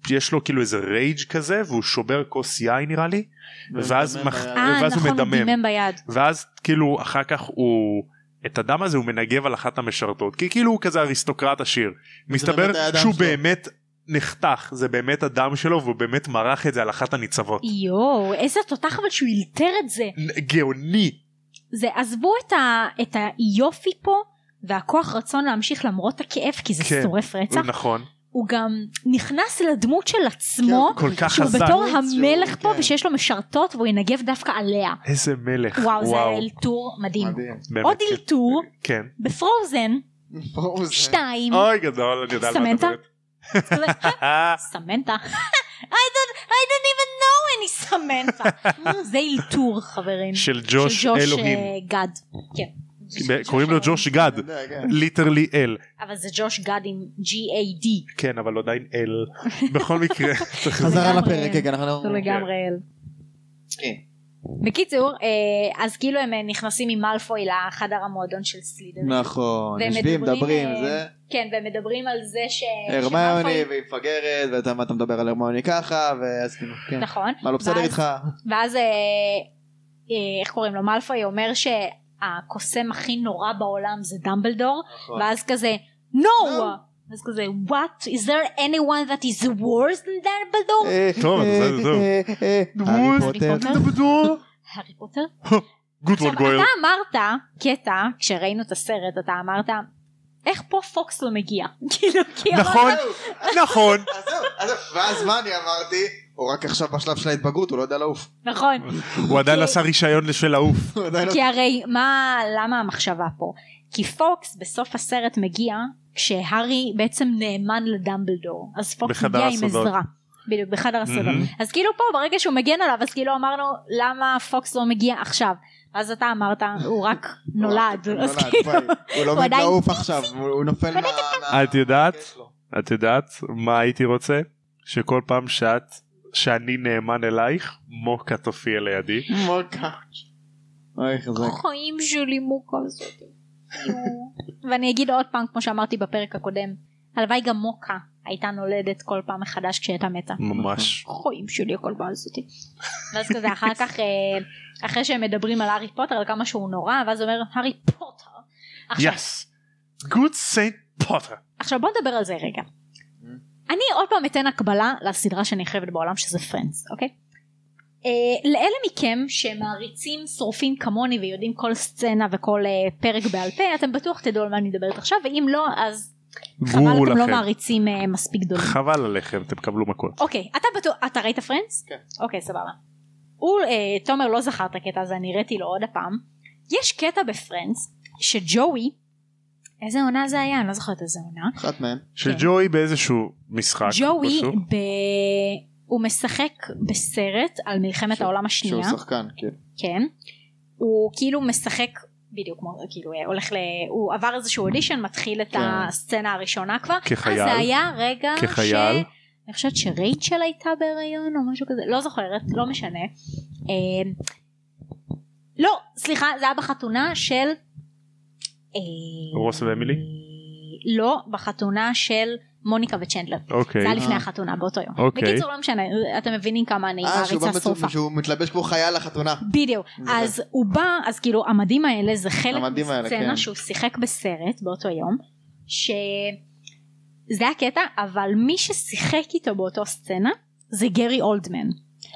S1: ויש לו כאילו איזה רייג' כזה והוא שובר כוס יין נראה לי ואז
S2: מדמם
S1: מח-
S2: היה.
S3: אה,
S1: ואז הוא
S3: נכון, הוא
S1: מדמם.
S3: דימם ביד.
S1: ואז כאילו אחר כך הוא את הדם הזה הוא מנגב על אחת המשרתות כי כאילו הוא כזה אריסטוקרט עשיר מסתבר
S2: באמת היה הדם
S1: שהוא
S2: שלו.
S1: באמת נחתך זה באמת הדם שלו והוא באמת מרח את זה על אחת הניצבות
S3: יואו, איזה תותח אבל שהוא אילתר את זה.
S1: נ- גאוני
S3: זה עזבו את, ה, את היופי פה והכוח רצון להמשיך למרות הכאב כי זה
S1: כן.
S3: שורף רצח.
S1: נכון
S3: הוא גם נכנס לדמות של עצמו
S2: כן,
S1: כל כך
S3: שהוא
S1: חזק.
S3: בתור
S2: שהוא-
S3: המלך פה
S2: כן.
S3: ושיש לו משרתות והוא ינגב דווקא עליה.
S1: איזה מלך
S3: וואו זה היה
S1: וואו
S3: אלתור מדהים.
S2: מדהים.
S1: באמת,
S3: עוד
S1: כן.
S3: אלתור
S1: כן
S3: בפרוזן
S2: ברור, זה-
S3: 2.
S1: אוי גדול אני יודע על מה את
S3: סמנטה?
S1: מדברת.
S3: סמנטה. I don't, I don't even know any סמנטה. זה אלתור חברים.
S1: של ג'וש אלוהים
S3: אה, גד. כן.
S1: קוראים לו
S3: אלוהים.
S1: ג'וש גד
S2: אני יודע, כן.
S1: ליטרלי אל
S3: אבל זה ג'וש גד עם G-A-D.
S1: כן אבל עדיין אל בכל מקרה צריך-
S2: חזרה
S3: לגמרי.
S2: לפרק, כן, אנחנו...
S1: אוקיי.
S3: זה לגמרי אל.
S2: כן.
S3: בקיצור, אה, אז כאילו הם אה, נכנסים עם מאלפוי לחדר המועדון של סלידרים.
S2: נכון,
S3: והם
S2: יושבים,
S3: מדברים,
S2: מדברים,
S3: אה,
S2: זה... אה,
S3: כן, והם מדברים על זה ש...
S2: הרמיוני
S3: שמאלפוי-
S2: והיא מפגרת, ואתה מה אתה מדבר על הרמיוני ככה, ואז כאילו, כן.
S3: נכון.
S2: מה לא בסדר
S3: ואז-
S2: איתך?
S3: ואז אה, אה, איך קוראים לו? מאלפוי אומר שהקוסם הכי נורא בעולם זה דמבלדור,
S2: נכון.
S3: ואז כזה, no!
S2: No.
S3: אז כזה, what? Is there anyone that is worse than דמבלדור?
S2: אה,
S1: טוב,
S2: אה,
S1: בסדר, טוב.
S2: אה, אה, הארי פוטר.
S3: פוטר. הארי פוטר?
S1: גוד וואן
S3: עכשיו
S1: גואל
S3: אתה אמרת קטע כשראינו את הסרט אתה אמרת איך פה פוקס לא מגיע כאילו כי
S1: נכון
S3: אמרת,
S1: נכון
S2: אז זהו, אז זהו. ואז מה אני אמרתי? הוא רק עכשיו בשלב של ההתבגרות, הוא לא יודע לעוף.
S3: נכון
S1: הוא עדיין עשה רישיון לשל לעוף
S2: הוא עדיין לא-
S3: כי הרי מה למה המחשבה פה כי פוקס בסוף הסרט מגיע כשהארי בעצם נאמן לדמבלדור אז פוקס
S1: בחדר
S3: מגיע עם
S1: הסודות.
S3: עזרה בדיוק בחדר הסודות
S1: מהמם.
S3: אז כאילו פה ברגע שהוא מגן עליו אז כאילו אמרנו למה פוקס לא מגיע עכשיו אז אתה אמרת הוא רק נולד
S2: הוא
S3: אז
S2: נולד,
S3: כאילו
S2: וואי, הוא לומד
S3: עדיין
S2: לעוף עכשיו, הוא הוא נופל מה... מה-
S1: את יודעת?
S2: יש לו.
S1: את יודעת מה הייתי רוצה שכל פעם שאת שאני נאמן אלייך מוקה תופיע לידי
S2: מוקה. אוי, חזק.
S3: חיים שלי מוקה הזאת. יואו. ואני אגיד עוד פעם כמו שאמרתי בפרק הקודם הלוואי גם מוקה הייתה נולדת כל פעם מחדש כשהייתה מתה.
S1: ממש
S3: חיים שלי הכל בא הזאתי. ואז כזה אחר כך אה, אחרי שהם מדברים על הארי פוטר על כמה שהוא נורא ואז אומר הארי פוטר. עכשיו,
S1: יס גוד סיינט פוטר
S3: עכשיו בוא נדבר על זה רגע. אני עוד פעם אתן הקבלה לסדרה שאני חייבת בעולם שזה פרנדס אוקיי? אה, לאלה מכם שמעריצים שורפים כמוני ויודעים כל סצנה וכל אה, פרק בעל פה אתם בטוח תדעו על מה אני מדברת עכשיו ואם לא אז חבל
S1: גורו
S3: אתם לא
S1: לכם
S3: מעריצים אה, מספיק גדולים.
S1: חבל עליכם אתם תקבלו מכות
S3: אוקיי אתה בטוח אתה ראית פרנדס?
S2: כן.
S3: אוקיי סבבה. הוא אה, תומר לא זכר את הקטע הזה אני הראתי לו עוד הפעם. יש קטע בפרנדס שג'וי איזה עונה זה היה אני לא זוכרת איזה עונה
S2: אחת מהן.
S1: שג'וי באיזשהו משחק
S3: כן. ג'וי
S1: כלשהו.
S3: ב... הוא משחק בסרט על מלחמת
S2: שהוא-
S3: העולם השנייה
S2: שהוא שחקן, כן.
S3: כן הוא כאילו משחק בדיוק כמו כאילו אה, הולך ל... הוא עבר איזשהו אודישן מתחיל את
S2: כן.
S3: הסצנה הראשונה כבר
S1: כחייל.
S3: אז זה היה רגע
S1: כחייל.
S3: ש... אני חושבת שרייצ'ל הייתה בהיריון או משהו כזה לא זוכרת לא משנה אה, לא סליחה זה היה בחתונה של אה,
S1: רוס ואמילי?
S3: לא בחתונה של מוניקה וצ'נדלר
S1: אוקיי
S3: זה היה לפני
S2: אה.
S3: החתונה באותו יום.
S1: אוקיי.
S3: בקיצור לא משנה אתם מבינים כמה אני
S2: אה, שהוא בא
S3: מעריצה
S2: מצו-
S3: שרופה.
S2: שהוא מתלבש כמו חייל לחתונה.
S3: בדיוק
S2: זה
S3: אז הוא בא אז כאילו המדים האלה זה חלק
S2: המדים האלה,
S3: מסצנה
S2: כן.
S3: שהוא שיחק בסרט באותו יום שזה הקטע אבל מי ששיחק איתו באותו סצנה זה גרי אולדמן.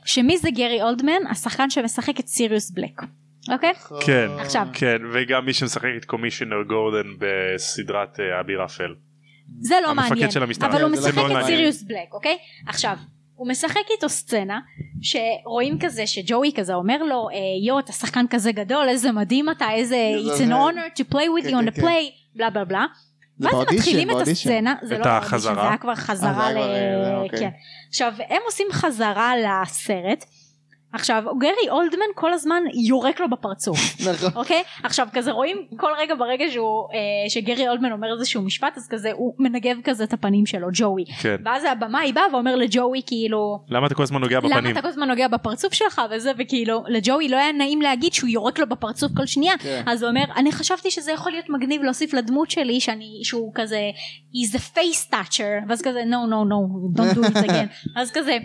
S3: שמי זה גרי אולדמן? השחקן שמשחק את סיריוס בלק. אוקיי?
S1: כן.
S3: עכשיו.
S1: כן וגם מי שמשחק את קומישיונר גורדן בסדרת אה, אבי רפל
S3: זה לא
S1: המפקד
S3: מעניין
S1: של המשטרה.
S3: אבל הוא
S2: זה לא
S3: משחק
S1: מעניין.
S3: את סיריוס בלק אוקיי עכשיו הוא משחק איתו סצנה שרואים כזה שג'וי כזה אומר לו אה, יו אתה שחקן כזה גדול איזה מדהים אתה איזה
S2: זה-
S3: it's
S2: זה-
S3: an honor to play with
S2: כן,
S3: you on
S2: כן,
S3: the play בלה בלה בלה
S2: זה
S3: ואז הם
S2: באודישן,
S3: מתחילים את
S2: באודישן.
S3: הסצנה זה
S1: את
S3: לא באודישן,
S1: החזרה?
S3: זה היה כבר חזרה
S2: אה,
S3: ל...
S2: זה היה כבר, אה, אוקיי.
S3: כן. עכשיו הם עושים חזרה לסרט עכשיו גרי אולדמן כל הזמן יורק לו בפרצוף
S2: נכון.
S3: אוקיי? עכשיו כזה רואים כל רגע ברגע שהוא, אה, שגרי אולדמן אומר איזשהו משפט אז כזה הוא מנגב כזה את הפנים שלו ג'וי.
S1: כן.
S3: ואז הבמאי בא ואומר לג'וי כאילו
S1: למה אתה כל הזמן נוגע
S3: למה
S1: בפנים?
S3: אתה כל הזמן נוגע בפרצוף שלך וזה וכאילו לג'וי לא היה נעים להגיד שהוא יורק לו בפרצוף כל שנייה
S2: כן.
S3: אז הוא אומר אני חשבתי שזה יכול להיות מגניב להוסיף לדמות שלי שאני שהוא כזה he's a face toucher ואז כזה no no no don't do it again אז כזה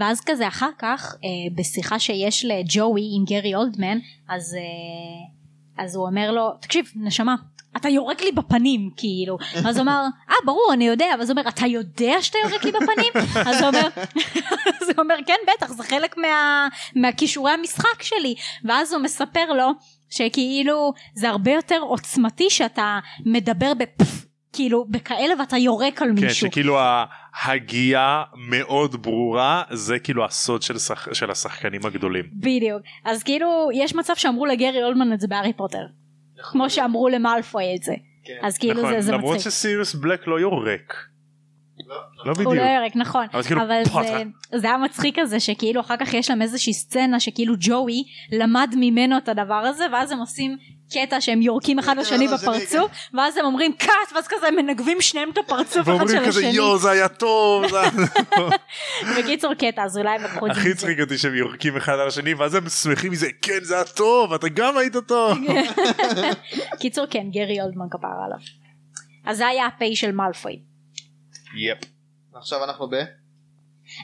S3: ואז כזה אחר כך אה, בשיחה שיש לג'וי עם גרי אולדמן אז אה, אז הוא אומר לו תקשיב נשמה אתה יורק לי בפנים כאילו אז הוא אמר אה ברור אני יודע ואז הוא אומר אתה יודע שאתה יורק לי בפנים אז הוא אומר אז הוא אומר כן בטח זה חלק מה, מהכישורי המשחק שלי ואז הוא מספר לו שכאילו זה הרבה יותר עוצמתי שאתה מדבר בפפ כאילו בכאלה ואתה יורק על
S1: כן,
S3: מישהו
S1: שכאילו ההגייה מאוד ברורה, זה כאילו הסוד של שח- של השחקנים הגדולים.
S3: בדיוק. אז כאילו, יש מצב שאמרו לגרי אולמן את זה בהארי פוטר. כמו שאמרו למאלפוי את זה.
S2: כן.
S3: אז כאילו
S1: נכון,
S3: זה- זה
S1: למרות
S3: מצחיק.
S1: שסיריוס בלק לא יורק. לא
S3: הוא לא
S1: בדיוק.
S3: יורק, נכון.
S1: אבל זה כאילו
S3: אבל זה-
S1: פוטר.
S3: זה היה מצחיק כזה שכאילו אחר כך יש להם איזושהי סצנה שכאילו ג'וי למד ממנו את הדבר הזה ואז הם עושים קטע שהם יורקים
S2: אחד
S3: אחד
S1: אה,
S3: לשני
S2: לשני,
S3: בפרצוף ואז הם אומרים קאט ואז כזה הם מנגבים שניהם את הפרצוף אחד
S1: ואומרים
S3: של
S1: כזה
S3: השני.
S1: יואו זה היה טוב. זה היה-"
S3: בקיצור קטע אז אולי הם לקחו את זה.
S1: הכי
S3: מזה.
S1: צחיק אותי שהם יורקים אחד על השני ואז הם שמחים מזה כן זה היה טוב אתה גם היית טוב.
S3: קיצור כן גרי אולדמן כפר עליו. אז זה היה הפיי של מאלפוי.
S1: יפ.
S2: עכשיו אנחנו ב...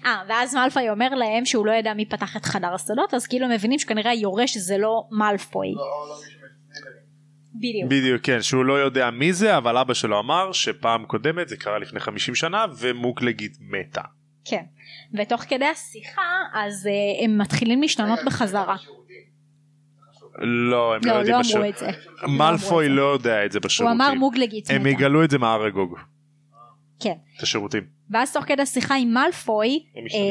S3: אה, ואז מאלפוי אומר להם שהוא לא ידע מי פתח את חדר הסודות, אז כאילו הם מבינים שכנראה היורש זה לא מאלפוי. בדיוק.
S1: בדיוק כן שהוא לא יודע מי זה אבל אבא שלו אמר שפעם קודמת זה קרה לפני 50 שנה ומוקלגית מתה.
S3: כן. ותוך כדי השיחה, אז אה, הם מתחילים להשתנות בחזרה.
S1: לא הם לא
S3: לא,
S1: יודעים
S3: לא
S1: בשוק.
S3: אמרו את זה.
S1: מאלפוי
S3: לא אמרו את
S1: לא יודע את זה
S3: זה. הוא
S1: בשירותים.
S3: אמר מוגלגית.
S1: הם
S3: מתה.
S1: יגלו את זה מהרגוג.
S3: כן.
S1: את השירותים.
S3: ואז תוך כדי השיחה עם מאלפוי,
S1: הם משתנים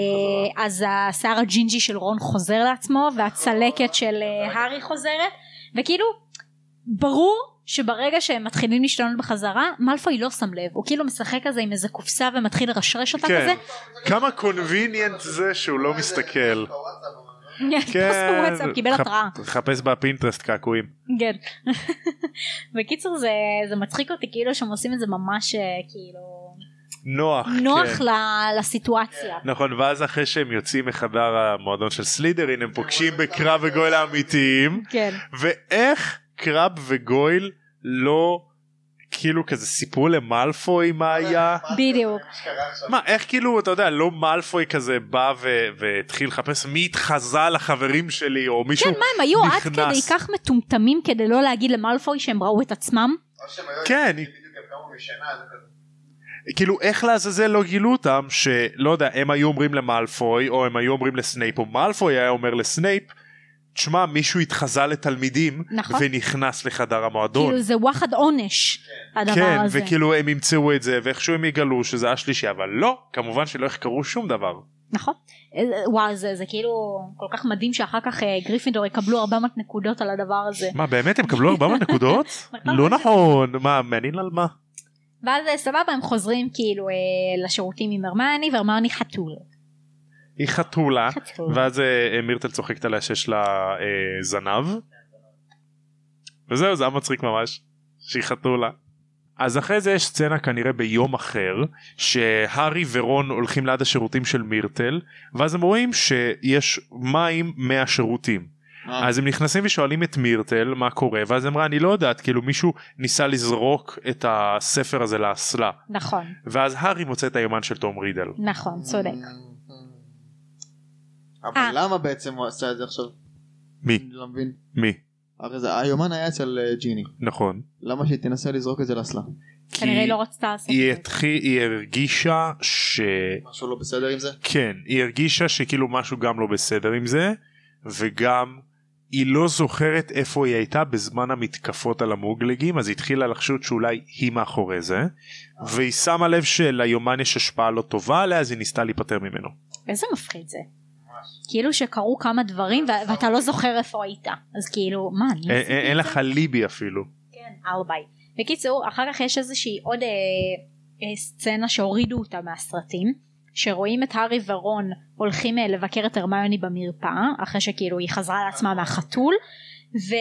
S3: אה, אז השיער הג'ינג'י של רון חוזר לעצמו, והצלקת של אה, הארי חוזרת, וכאילו, ברור שברגע שהם מתחילים להשתנות בחזרה, מאלפוי לא שם לב, הוא כאילו משחק כזה עם איזה קופסה ומתחיל לרשרש אותה
S1: כן.
S3: כזה,
S1: כמה קונביניאנט זה שהוא לא מסתכל.
S3: כן, פוסט בוואטסאפ, קיבל
S1: חפ-
S3: התראה.
S1: חפש בפינטרסט קעקועים.
S3: כן. בקיצור זה, זה מצחיק אותי כאילו שהם עושים את זה ממש אה, כאילו
S1: נוח.
S3: נוח
S1: כן.
S3: ל- לסיטואציה.
S1: נכון ואז אחרי שהם יוצאים מחדר המועדון של סלידרין הם פוגשים בקרב וגויל האמיתיים
S3: כן.
S1: ואיך קרב וגויל לא כאילו כזה סיפרו למאלפוי מה היה
S3: בדיוק.
S1: מה איך כאילו אתה יודע לא מאלפוי כזה בא ו- והתחיל לחפש מי התחזה לחברים שלי או מישהו
S3: כן, מה הם היו עד
S1: נכנס.
S3: כדי כך מטומטמים כדי לא להגיד למלפוי שהם ראו את עצמם?
S1: כן. כאילו איך לעזאזל לא גילו אותם שלא יודע הם היו אומרים למאלפוי או הם היו אומרים לסנייפ או מאלפוי היה אומר לסנייפ תשמע מישהו התחזה לתלמידים
S3: נכון.
S1: ונכנס לחדר המועדון
S3: כאילו זה וואחד עונש הדבר
S1: כן
S3: הזה.
S1: וכאילו הם ימצאו את זה ואיכשהו הם יגלו שזה השלישי אבל לא כמובן שלא יחקרו שום דבר
S3: נכון. אה, וואו זה זה כאילו כל כך מדהים שאחר כך אה, גריפינדור יקבלו 400 נקודות על הדבר הזה.
S1: מה באמת הם קבלו 400 נקודות
S3: נכון.
S1: לא נכון מה מעניין על מה
S3: ואז אה, סבבה הם חוזרים כאילו אה, לשירותים עם הרמני והרמני חתול.
S1: היא חתולה
S3: חתול.
S1: ואז אה, מירטל צוחקת עליה שיש לה אה, זנב וזהו זה היה מצחיק ממש שהיא חתולה. אז אחרי זה יש סצנה כנראה ביום אחר שהארי ורון הולכים ליד השירותים של מירטל ואז הם רואים שיש מים מהשירותים אז הם נכנסים ושואלים את מירטל מה קורה ואז אמרה אני לא יודעת כאילו מישהו ניסה לזרוק את הספר הזה לאסלה
S3: נכון.
S1: ואז הארי מוצא את היומן של תום רידל
S3: נכון, צודק.
S2: אבל
S3: אה.
S2: למה בעצם הוא עשה את זה עכשיו?
S1: מי?
S2: אני לא מבין.
S1: מי?
S2: הרי זה היומן היה אצל אה, ג'יני.
S1: נכון.
S2: למה שהיא תנסה לזרוק את זה לאסלה?
S3: כנראה
S1: כי-
S3: היא לא רצתה לעשות
S1: היא,
S3: את זה.
S1: התחיל, היא הרגישה ש...
S2: משהו לא בסדר עם זה?
S1: כן, היא הרגישה שכאילו משהו גם לא בסדר עם זה, וגם היא לא זוכרת איפה היא הייתה בזמן המתקפות על המוגלגים אז היא התחילה לחשוד שאולי היא מאחורי זה והיא שמה לב שליומן יש השפעה לא טובה עליה אז היא ניסתה להיפטר ממנו.
S3: איזה מפחיד זה. כאילו שקרו כמה דברים ו- ואתה לא זוכר איפה היית אז כאילו מה אני
S1: אה, אה,
S3: עשיתי את
S1: אין
S3: זה?
S1: לך ליבי אפילו.
S3: כן, ארבעי. בקיצור, אחר כך יש איזושהי עוד אה, אה, סצנה שהורידו אותה מהסרטים, שרואים את הארי ורון הולכים אה, לבקר את הרמיוני במרפאה, אחרי שכאילו היא חזרה לעצמה מהחתול, ו...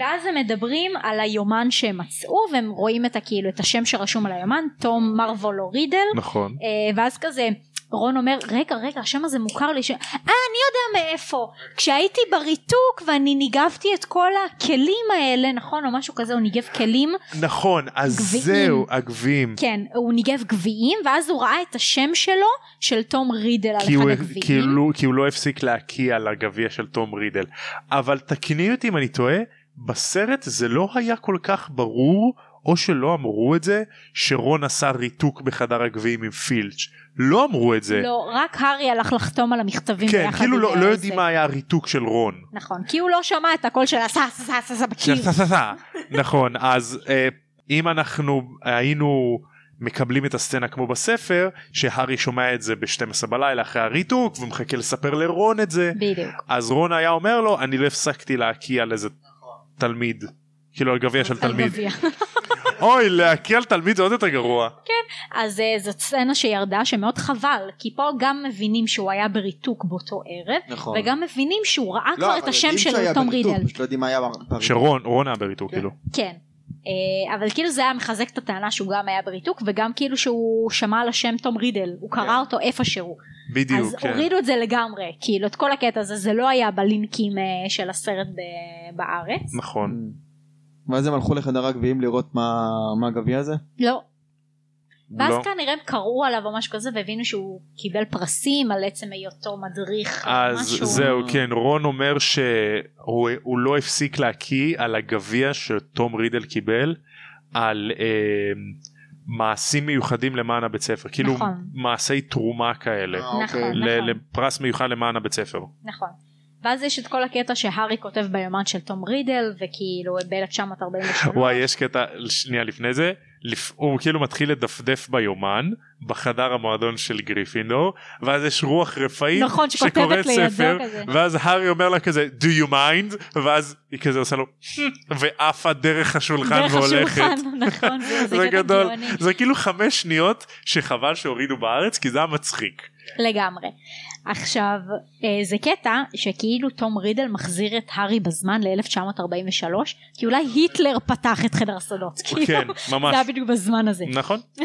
S3: ואז הם מדברים על היומן שהם מצאו, והם רואים את, ה- כאילו, את השם שרשום על היומן, תום מרוולו רידל,
S1: נכון.
S3: אה, ואז כזה רון אומר רגע רגע השם הזה מוכר לי ש... אה אני יודע מאיפה כשהייתי בריתוק ואני ניגבתי את כל הכלים האלה נכון או משהו כזה הוא ניגב כלים
S1: נכון אז
S3: גביעים.
S1: זהו הגביעים.
S3: כן הוא ניגב גביעים ואז הוא ראה את השם שלו של תום רידל על
S1: כי
S3: אחד
S1: הוא,
S3: הגביעים
S1: כי, הוא, כי הוא לא הפסיק להקיא על הגביע של תום רידל אבל תקני אותי אם אני טועה בסרט זה לא היה כל כך ברור או שלא אמרו את זה שרון עשה ריתוק בחדר הגביעים עם פילץ' לא אמרו את זה
S3: לא רק הארי הלך לחתום על המכתבים
S1: כן
S3: ביחד
S1: כאילו
S3: עם
S1: לא, לא
S3: זה.
S1: יודעים מה היה הריתוק של רון
S3: נכון כי הוא לא שמע את הקול של הסה סה סה סה סה בקיר
S1: סע, סע, סע. נכון אז אה, אם אנחנו היינו מקבלים את הסצנה כמו בספר שהארי שומע את זה ב-12 בלילה אחרי הריתוק ומחכה לספר לרון את זה
S3: בדיוק
S1: אז רון היה אומר לו אני לא הפסקתי להקיא על איזה תלמיד כאילו על גביע של
S3: על
S1: תלמיד
S3: גביע.
S1: אוי להקיא על תלמיד זה עוד יותר גרוע
S3: אז אה, זאת סצנה שירדה שמאוד חבל כי פה גם מבינים שהוא היה בריתוק באותו ערב
S2: נכון.
S3: וגם מבינים שהוא ראה
S2: לא,
S3: כבר
S2: אבל
S3: את השם
S2: יודעים
S3: של
S2: שהיה
S3: תום
S2: בריתוק,
S3: רידל
S2: פשוט לא יודעים מה היה בריתוק.
S1: שרון רון היה בריתוק כאילו
S3: כן אה, אבל כאילו זה היה מחזק את הטענה שהוא גם היה בריתוק וגם כאילו שהוא שמע על השם תום רידל הוא
S2: כן.
S3: קרא אותו איפשהו
S1: בדיוק
S3: אז
S1: כן.
S3: הורידו את זה לגמרי כאילו את כל הקטע הזה זה לא היה בלינקים אה, של הסרט ב- בארץ
S1: נכון
S2: Mm. ואז הם הלכו לחדר הגביעים לראות מה מה הגביע הזה?
S3: לא ואז
S1: לא.
S3: כנראה הם קראו עליו או משהו כזה והבינו שהוא קיבל פרסים על עצם היותו מדריך או
S1: אז
S3: משהו.
S1: זהו כן רון אומר שהוא הוא לא הפסיק להקיא על הגביע שתום רידל קיבל על אה, מעשים מיוחדים למען הבית ספר כאילו
S3: נכון.
S1: מעשי תרומה כאלה
S2: אה,
S3: נכון,
S2: אוקיי.
S1: ל-
S3: נכון.
S1: לפרס מיוחד למען הבית ספר
S3: נכון. ואז יש את כל הקטע שהארי כותב ביומן של תום רידל וכאילו ב-1943.
S1: וואי יש קטע שנייה לפני זה לפ... הוא כאילו מתחיל לדפדף ביומן בחדר המועדון של גריפינדור ואז יש רוח רפאית
S3: נכון, שכותבת
S1: שקוראת
S3: לידו
S1: ספר
S3: כזה.
S1: ואז הארי אומר לה כזה do you mind ואז היא כזה עושה לו "Hmm", ועפה דרך השולחן
S3: דרך
S1: והולכת
S3: השולחן, נכון, זה- זה
S1: זה
S3: קטע
S1: גדול
S3: גאוני.
S1: זה כאילו חמש שניות שחבל שהורידו בארץ כי זה היה מצחיק
S3: לגמרי. עכשיו אה, זה קטע שכאילו תום רידל מחזיר את הארי בזמן ל-1943 כי אולי היטלר פתח את חדר הסודות. כאילו,
S1: כן
S3: זה היה
S1: ממש
S3: בדיוק בזמן הזה.
S1: נכון
S3: אה,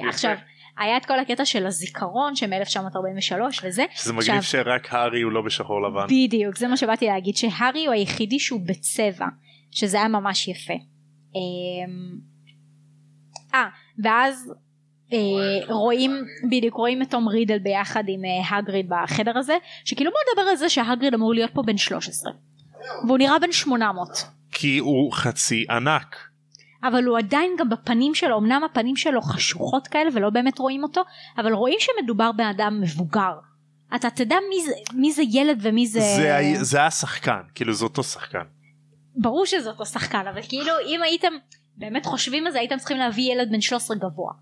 S1: יפה.
S3: עכשיו היה את כל הקטע של הזיכרון שמ-1943 וזה
S1: זה מגניב שרק הארי הוא לא בשחור לבן
S3: בדיוק זה מה שבאתי להגיד שהארי הוא היחידי שהוא בצבע שזה היה ממש יפה. אמ, אה ואז אה, רואים בדיוק רואים את תום רידל ביחד עם אה, הגריד בחדר הזה שכאילו בוא נדבר על זה שהגריד אמור להיות פה בן 13 והוא נראה בן 800
S1: כי הוא חצי ענק
S3: אבל הוא עדיין גם בפנים שלו אמנם הפנים שלו חשוכות כאלה ולא באמת רואים אותו אבל רואים שמדובר באדם מבוגר אתה תדע מי זה, מי זה ילד ומי זה
S1: זה, היה- זה היה שחקן כאילו זה אותו שחקן
S3: ברור שזה אותו שחקן אבל כאילו אם הייתם באמת חושבים על זה הייתם צריכים להביא ילד בן 13 גבוה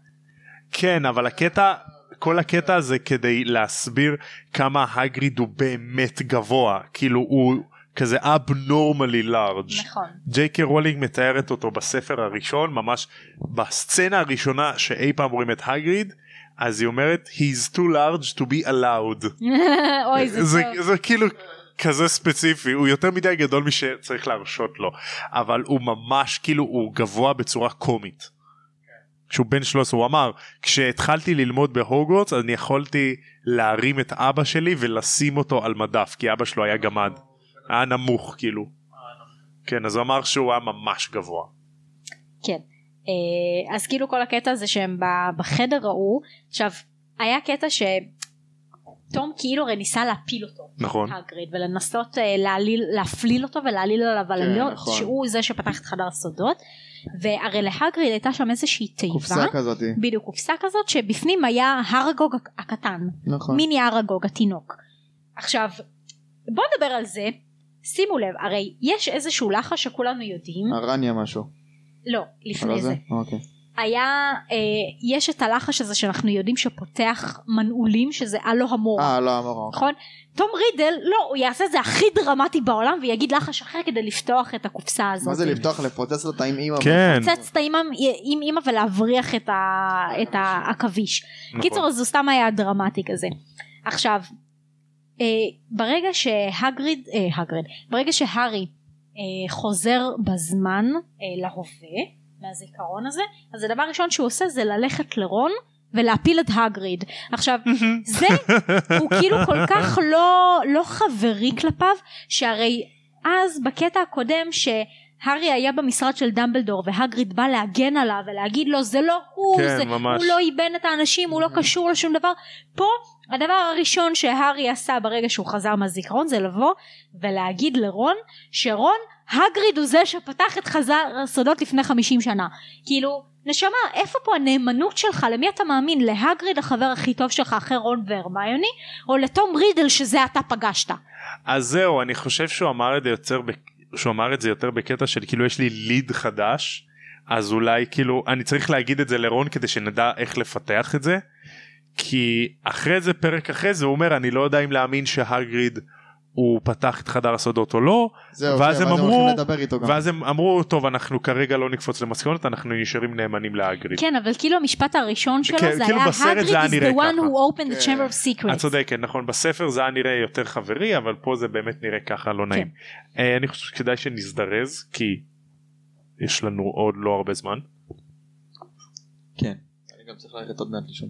S1: כן אבל הקטע כל הקטע הזה כדי להסביר כמה הגריד הוא באמת גבוה כאילו הוא כזה abnormally large
S3: נכון
S1: ג'יי קי רולינג מתארת אותו בספר הראשון ממש בסצנה הראשונה שאי פעם רואים את הגריד אז היא אומרת he's too large to be allowed
S3: נכון. אוי זה,
S1: זה,
S3: טוב
S1: זה כאילו כזה ספציפי הוא יותר מדי גדול משצריך להרשות לו אבל הוא ממש כאילו הוא גבוה בצורה קומית. כשהוא בן 13 הוא אמר כשהתחלתי ללמוד בהוגוורטס אני יכולתי להרים את אבא שלי ולשים אותו על מדף כי אבא שלו היה גמד היה נמוך כאילו. כן אז הוא אמר שהוא היה ממש גבוה.
S3: כן אה, אז כאילו כל הקטע הזה שהם ב- בחדר ראו עכשיו היה קטע שתום כאילו הרי ניסה להפיל אותו
S1: נכון.
S3: הגריד ולנסות אה, להעליל, להפליל אותו ולהעליל עליו עלויות
S2: נכון.
S3: שהוא זה שפתח את חדר הסודות והרי להגריד הייתה שם איזושהי תיבה
S2: קופסה כזאתי.
S3: בדיוק קופסה כזאת שבפנים היה הרגוג הקטן
S2: נכון.
S3: מיני אראגוג התינוק. עכשיו בוא נדבר על זה שימו לב הרי יש איזשהו לחש שכולנו יודעים
S2: הרניה משהו.
S3: לא
S2: לא
S3: לפני
S2: אה, זה?
S3: זה
S2: אוקיי.
S3: היה אה, יש את הלחש הזה שאנחנו יודעים שפותח מנעולים שזה הלו המורה
S2: אה, לא, אמרו.
S3: נכון תום רידל לא הוא יעשה את זה הכי דרמטי בעולם ויגיד לחש אחר כדי לפתוח את הקופסה הזאת
S2: מה זה לפתוח, לפוצץ אותה עם אימא?
S1: כן.
S3: לצאת את האימא אה, עם אימא ולהבריח את, ה, את ה- העכביש.
S1: נכון.
S3: קיצור אז הוא סתם היה דרמטי כזה. עכשיו אה, ברגע שהגריד, אה, הגריד ברגע שהארי אה, חוזר בזמן אה, להווה מהזיכרון הזה אז הדבר הראשון שהוא עושה זה ללכת לרון ולהפיל את הגריד. עכשיו זה הוא כאילו כל כך לא, לא חברי כלפיו שהרי אז בקטע הקודם שהארי היה במשרד של דמבלדור והגריד בא להגן עליו ולהגיד לו זה לא הוא
S1: כן,
S3: זה,
S1: ממש.
S3: הוא לא איבן את האנשים הוא לא קשור לשום דבר פה הדבר הראשון שהארי עשה ברגע שהוא חזר מהזיכרון זה לבוא ולהגיד לרון שרון הגריד הוא זה שפתח את חזר הסודות לפני 50 שנה כאילו נשמה איפה פה הנאמנות שלך למי אתה מאמין להגריד החבר הכי טוב שלך אחרי רון והרמיוני או לתום רידל שזה אתה פגשת
S1: אז זהו אני חושב שהוא אמר את זה יותר בק- שהוא אמר את זה יותר בקטע של כאילו יש לי ליד חדש אז אולי כאילו אני צריך להגיד את זה לרון כדי שנדע איך לפתח את זה כי אחרי זה פרק אחרי זה הוא אומר אני לא יודע אם להאמין שהגריד הוא פתח את חדר הסודות או לא
S2: זהו,
S1: ואז
S2: כן,
S1: הם
S2: ואז הם
S1: אמרו-
S2: הולכים לדבר איתו גם.
S1: ואז הם אמרו טוב אנחנו כרגע לא נקפוץ למסקנות אנחנו נשארים נאמנים להגריד.
S3: כן אבל כאילו המשפט הראשון שלו
S1: כן,
S3: זה
S1: כאילו
S3: היה
S1: בסרט זה היה
S3: הגריד is
S1: נראה
S3: the one
S1: ככה."
S3: who opened the
S2: כן.
S3: chamber of
S1: את
S3: secrets
S1: צודקת נכון בספר זה היה נראה יותר חברי אבל פה זה באמת נראה ככה לא נעים. אה, אני חושב שכדאי שנזדרז כי יש לנו עוד לא הרבה זמן.
S2: כן. אני גם צריך ללכת עוד מעט לישון.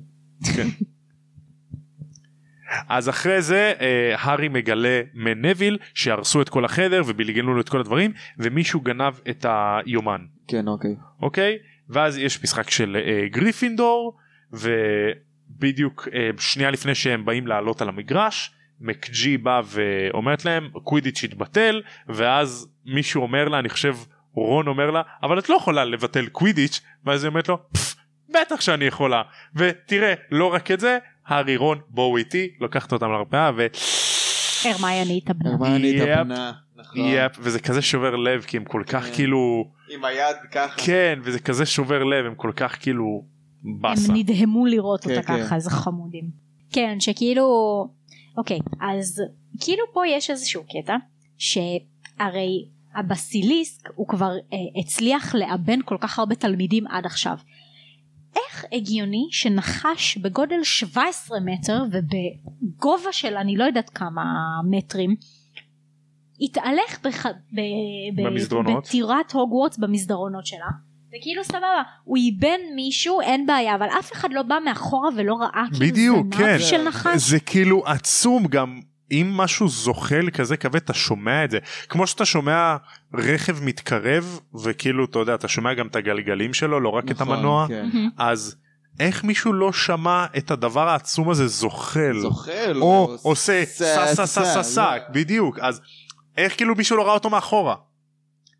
S1: אז אחרי זה אה, הארי מגלה מנביל שהרסו את כל החדר ובלגנו לו את כל הדברים ומישהו גנב את היומן
S2: כן, אוקיי.
S3: אה.
S1: אוקיי ואז יש משחק של אה, גריפינדור ובדיוק אה, שנייה לפני שהם באים לעלות על המגרש מקג'י בא ואומרת להם קווידיץ' התבטל ואז מישהו אומר לה אני חושב רון אומר לה אבל את לא יכולה לבטל קווידיץ' ואז היא אומרת לו "פף, בטח שאני יכולה ותראה לא רק את זה הארי רון בואו איתי לוקחת אותם לרפאה ו...
S3: הרמיוני התאבנה
S2: הרמני
S1: יפ.
S2: התאפנה. נכון.
S1: יפ, וזה כזה שובר לב כי הם כל כך
S2: כן.
S1: כאילו
S2: עם היד ככה.
S1: כן וזה כזה שובר לב הם כל כך כאילו באסה.
S3: הם נדהמו לראות
S2: כן,
S3: אותה
S2: כן.
S3: ככה, איזה חמודים. כן, שכאילו, אוקיי, אז כאילו פה יש איזשהו קטע, שהרי הבסיליסק הוא כבר אה, הצליח לאבן כל כך הרבה תלמידים עד עכשיו. איך הגיוני שנחש בגודל 17 מטר ובגובה של אני לא יודעת כמה מטרים התהלך בח... ב... ב...
S1: במסדרונות.
S3: בטירת הוגוורטס במסדרונות שלה וכאילו סבבה הוא איבן מישהו אין בעיה אבל אף אחד לא בא מאחורה ולא ראה כאילו
S1: בדיוק,
S3: זנב
S1: כן.
S3: של נחש
S1: זה כאילו עצום גם אם משהו זוחל כזה כבד אתה שומע את זה כמו שאתה שומע רכב מתקרב וכאילו אתה יודע אתה שומע גם את הגלגלים שלו לא רק את
S2: נכון,
S1: המנוע
S2: כן.
S3: מהמם.
S1: אז איך מישהו לא שמע את הדבר העצום הזה זוחל
S2: זוכר.
S1: או
S2: לא,
S1: עושה סה סה סה סה סה
S2: לא.
S1: בדיוק אז איך כאילו מישהו לא ראה אותו מאחורה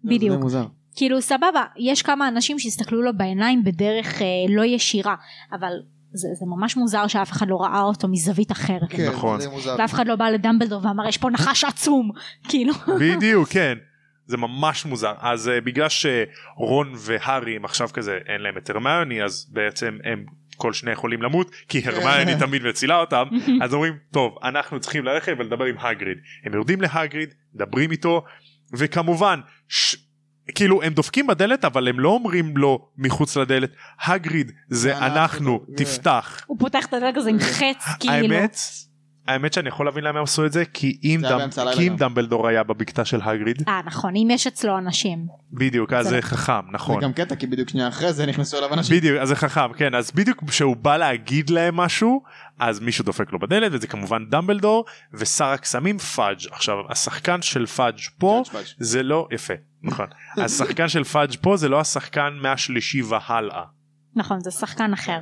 S3: בדיוק.
S2: זה מוזר.
S3: כאילו סבבה יש כמה אנשים שהסתכלו לו בעיניים בדרך אה, לא ישירה אבל זה, זה ממש מוזר שאף אחד לא ראה אותו מזווית אחרת
S2: כן,
S1: נכון.
S2: זה מוזר.
S3: ואף אחד לא בא לדמבלדור ואמר יש פה נחש עצום כאילו
S1: בדיוק כן זה ממש מוזר אז uh, בגלל שרון והארי הם עכשיו כזה אין להם את הרמיוני אז בעצם הם כל שני יכולים למות כי
S2: כן.
S1: הרמיוני תמיד מצילה אותם אז אומרים טוב אנחנו צריכים ללכת ולדבר עם הגריד הם יורדים להגריד מדברים איתו וכמובן ש... כאילו הם דופקים בדלת אבל הם לא אומרים לו מחוץ לדלת הגריד זה
S2: אנחנו,
S1: אנחנו
S2: כן."
S1: תפתח
S3: הוא פותח את הדלת הזה עם חץ כאילו
S1: האמת האמת שאני יכול להבין למה הם עשו את זה כי אם
S2: זה היה
S1: דם-
S2: באמצע הלילה
S1: כי אם
S2: גם.
S1: דמבלדור היה בבקתה של הגריד
S3: אה נכון אם יש אצלו אנשים
S1: בדיוק אז
S3: בסדר.
S1: זה חכם נכון
S2: זה גם קטע כי בדיוק שנייה אחרי זה נכנסו אליו אנשים.
S1: בדיוק אז זה חכם כן אז בדיוק כשהוא בא להגיד להם משהו אז מישהו דופק לו בדלת וזה כמובן דמבלדור ושר הקסמים פאג' עכשיו השחקן של פאג' פה זה לא יפה נכון השחקן של פאג' פה זה לא השחקן מהשלישי והלאה
S3: נכון זה שחקן אחר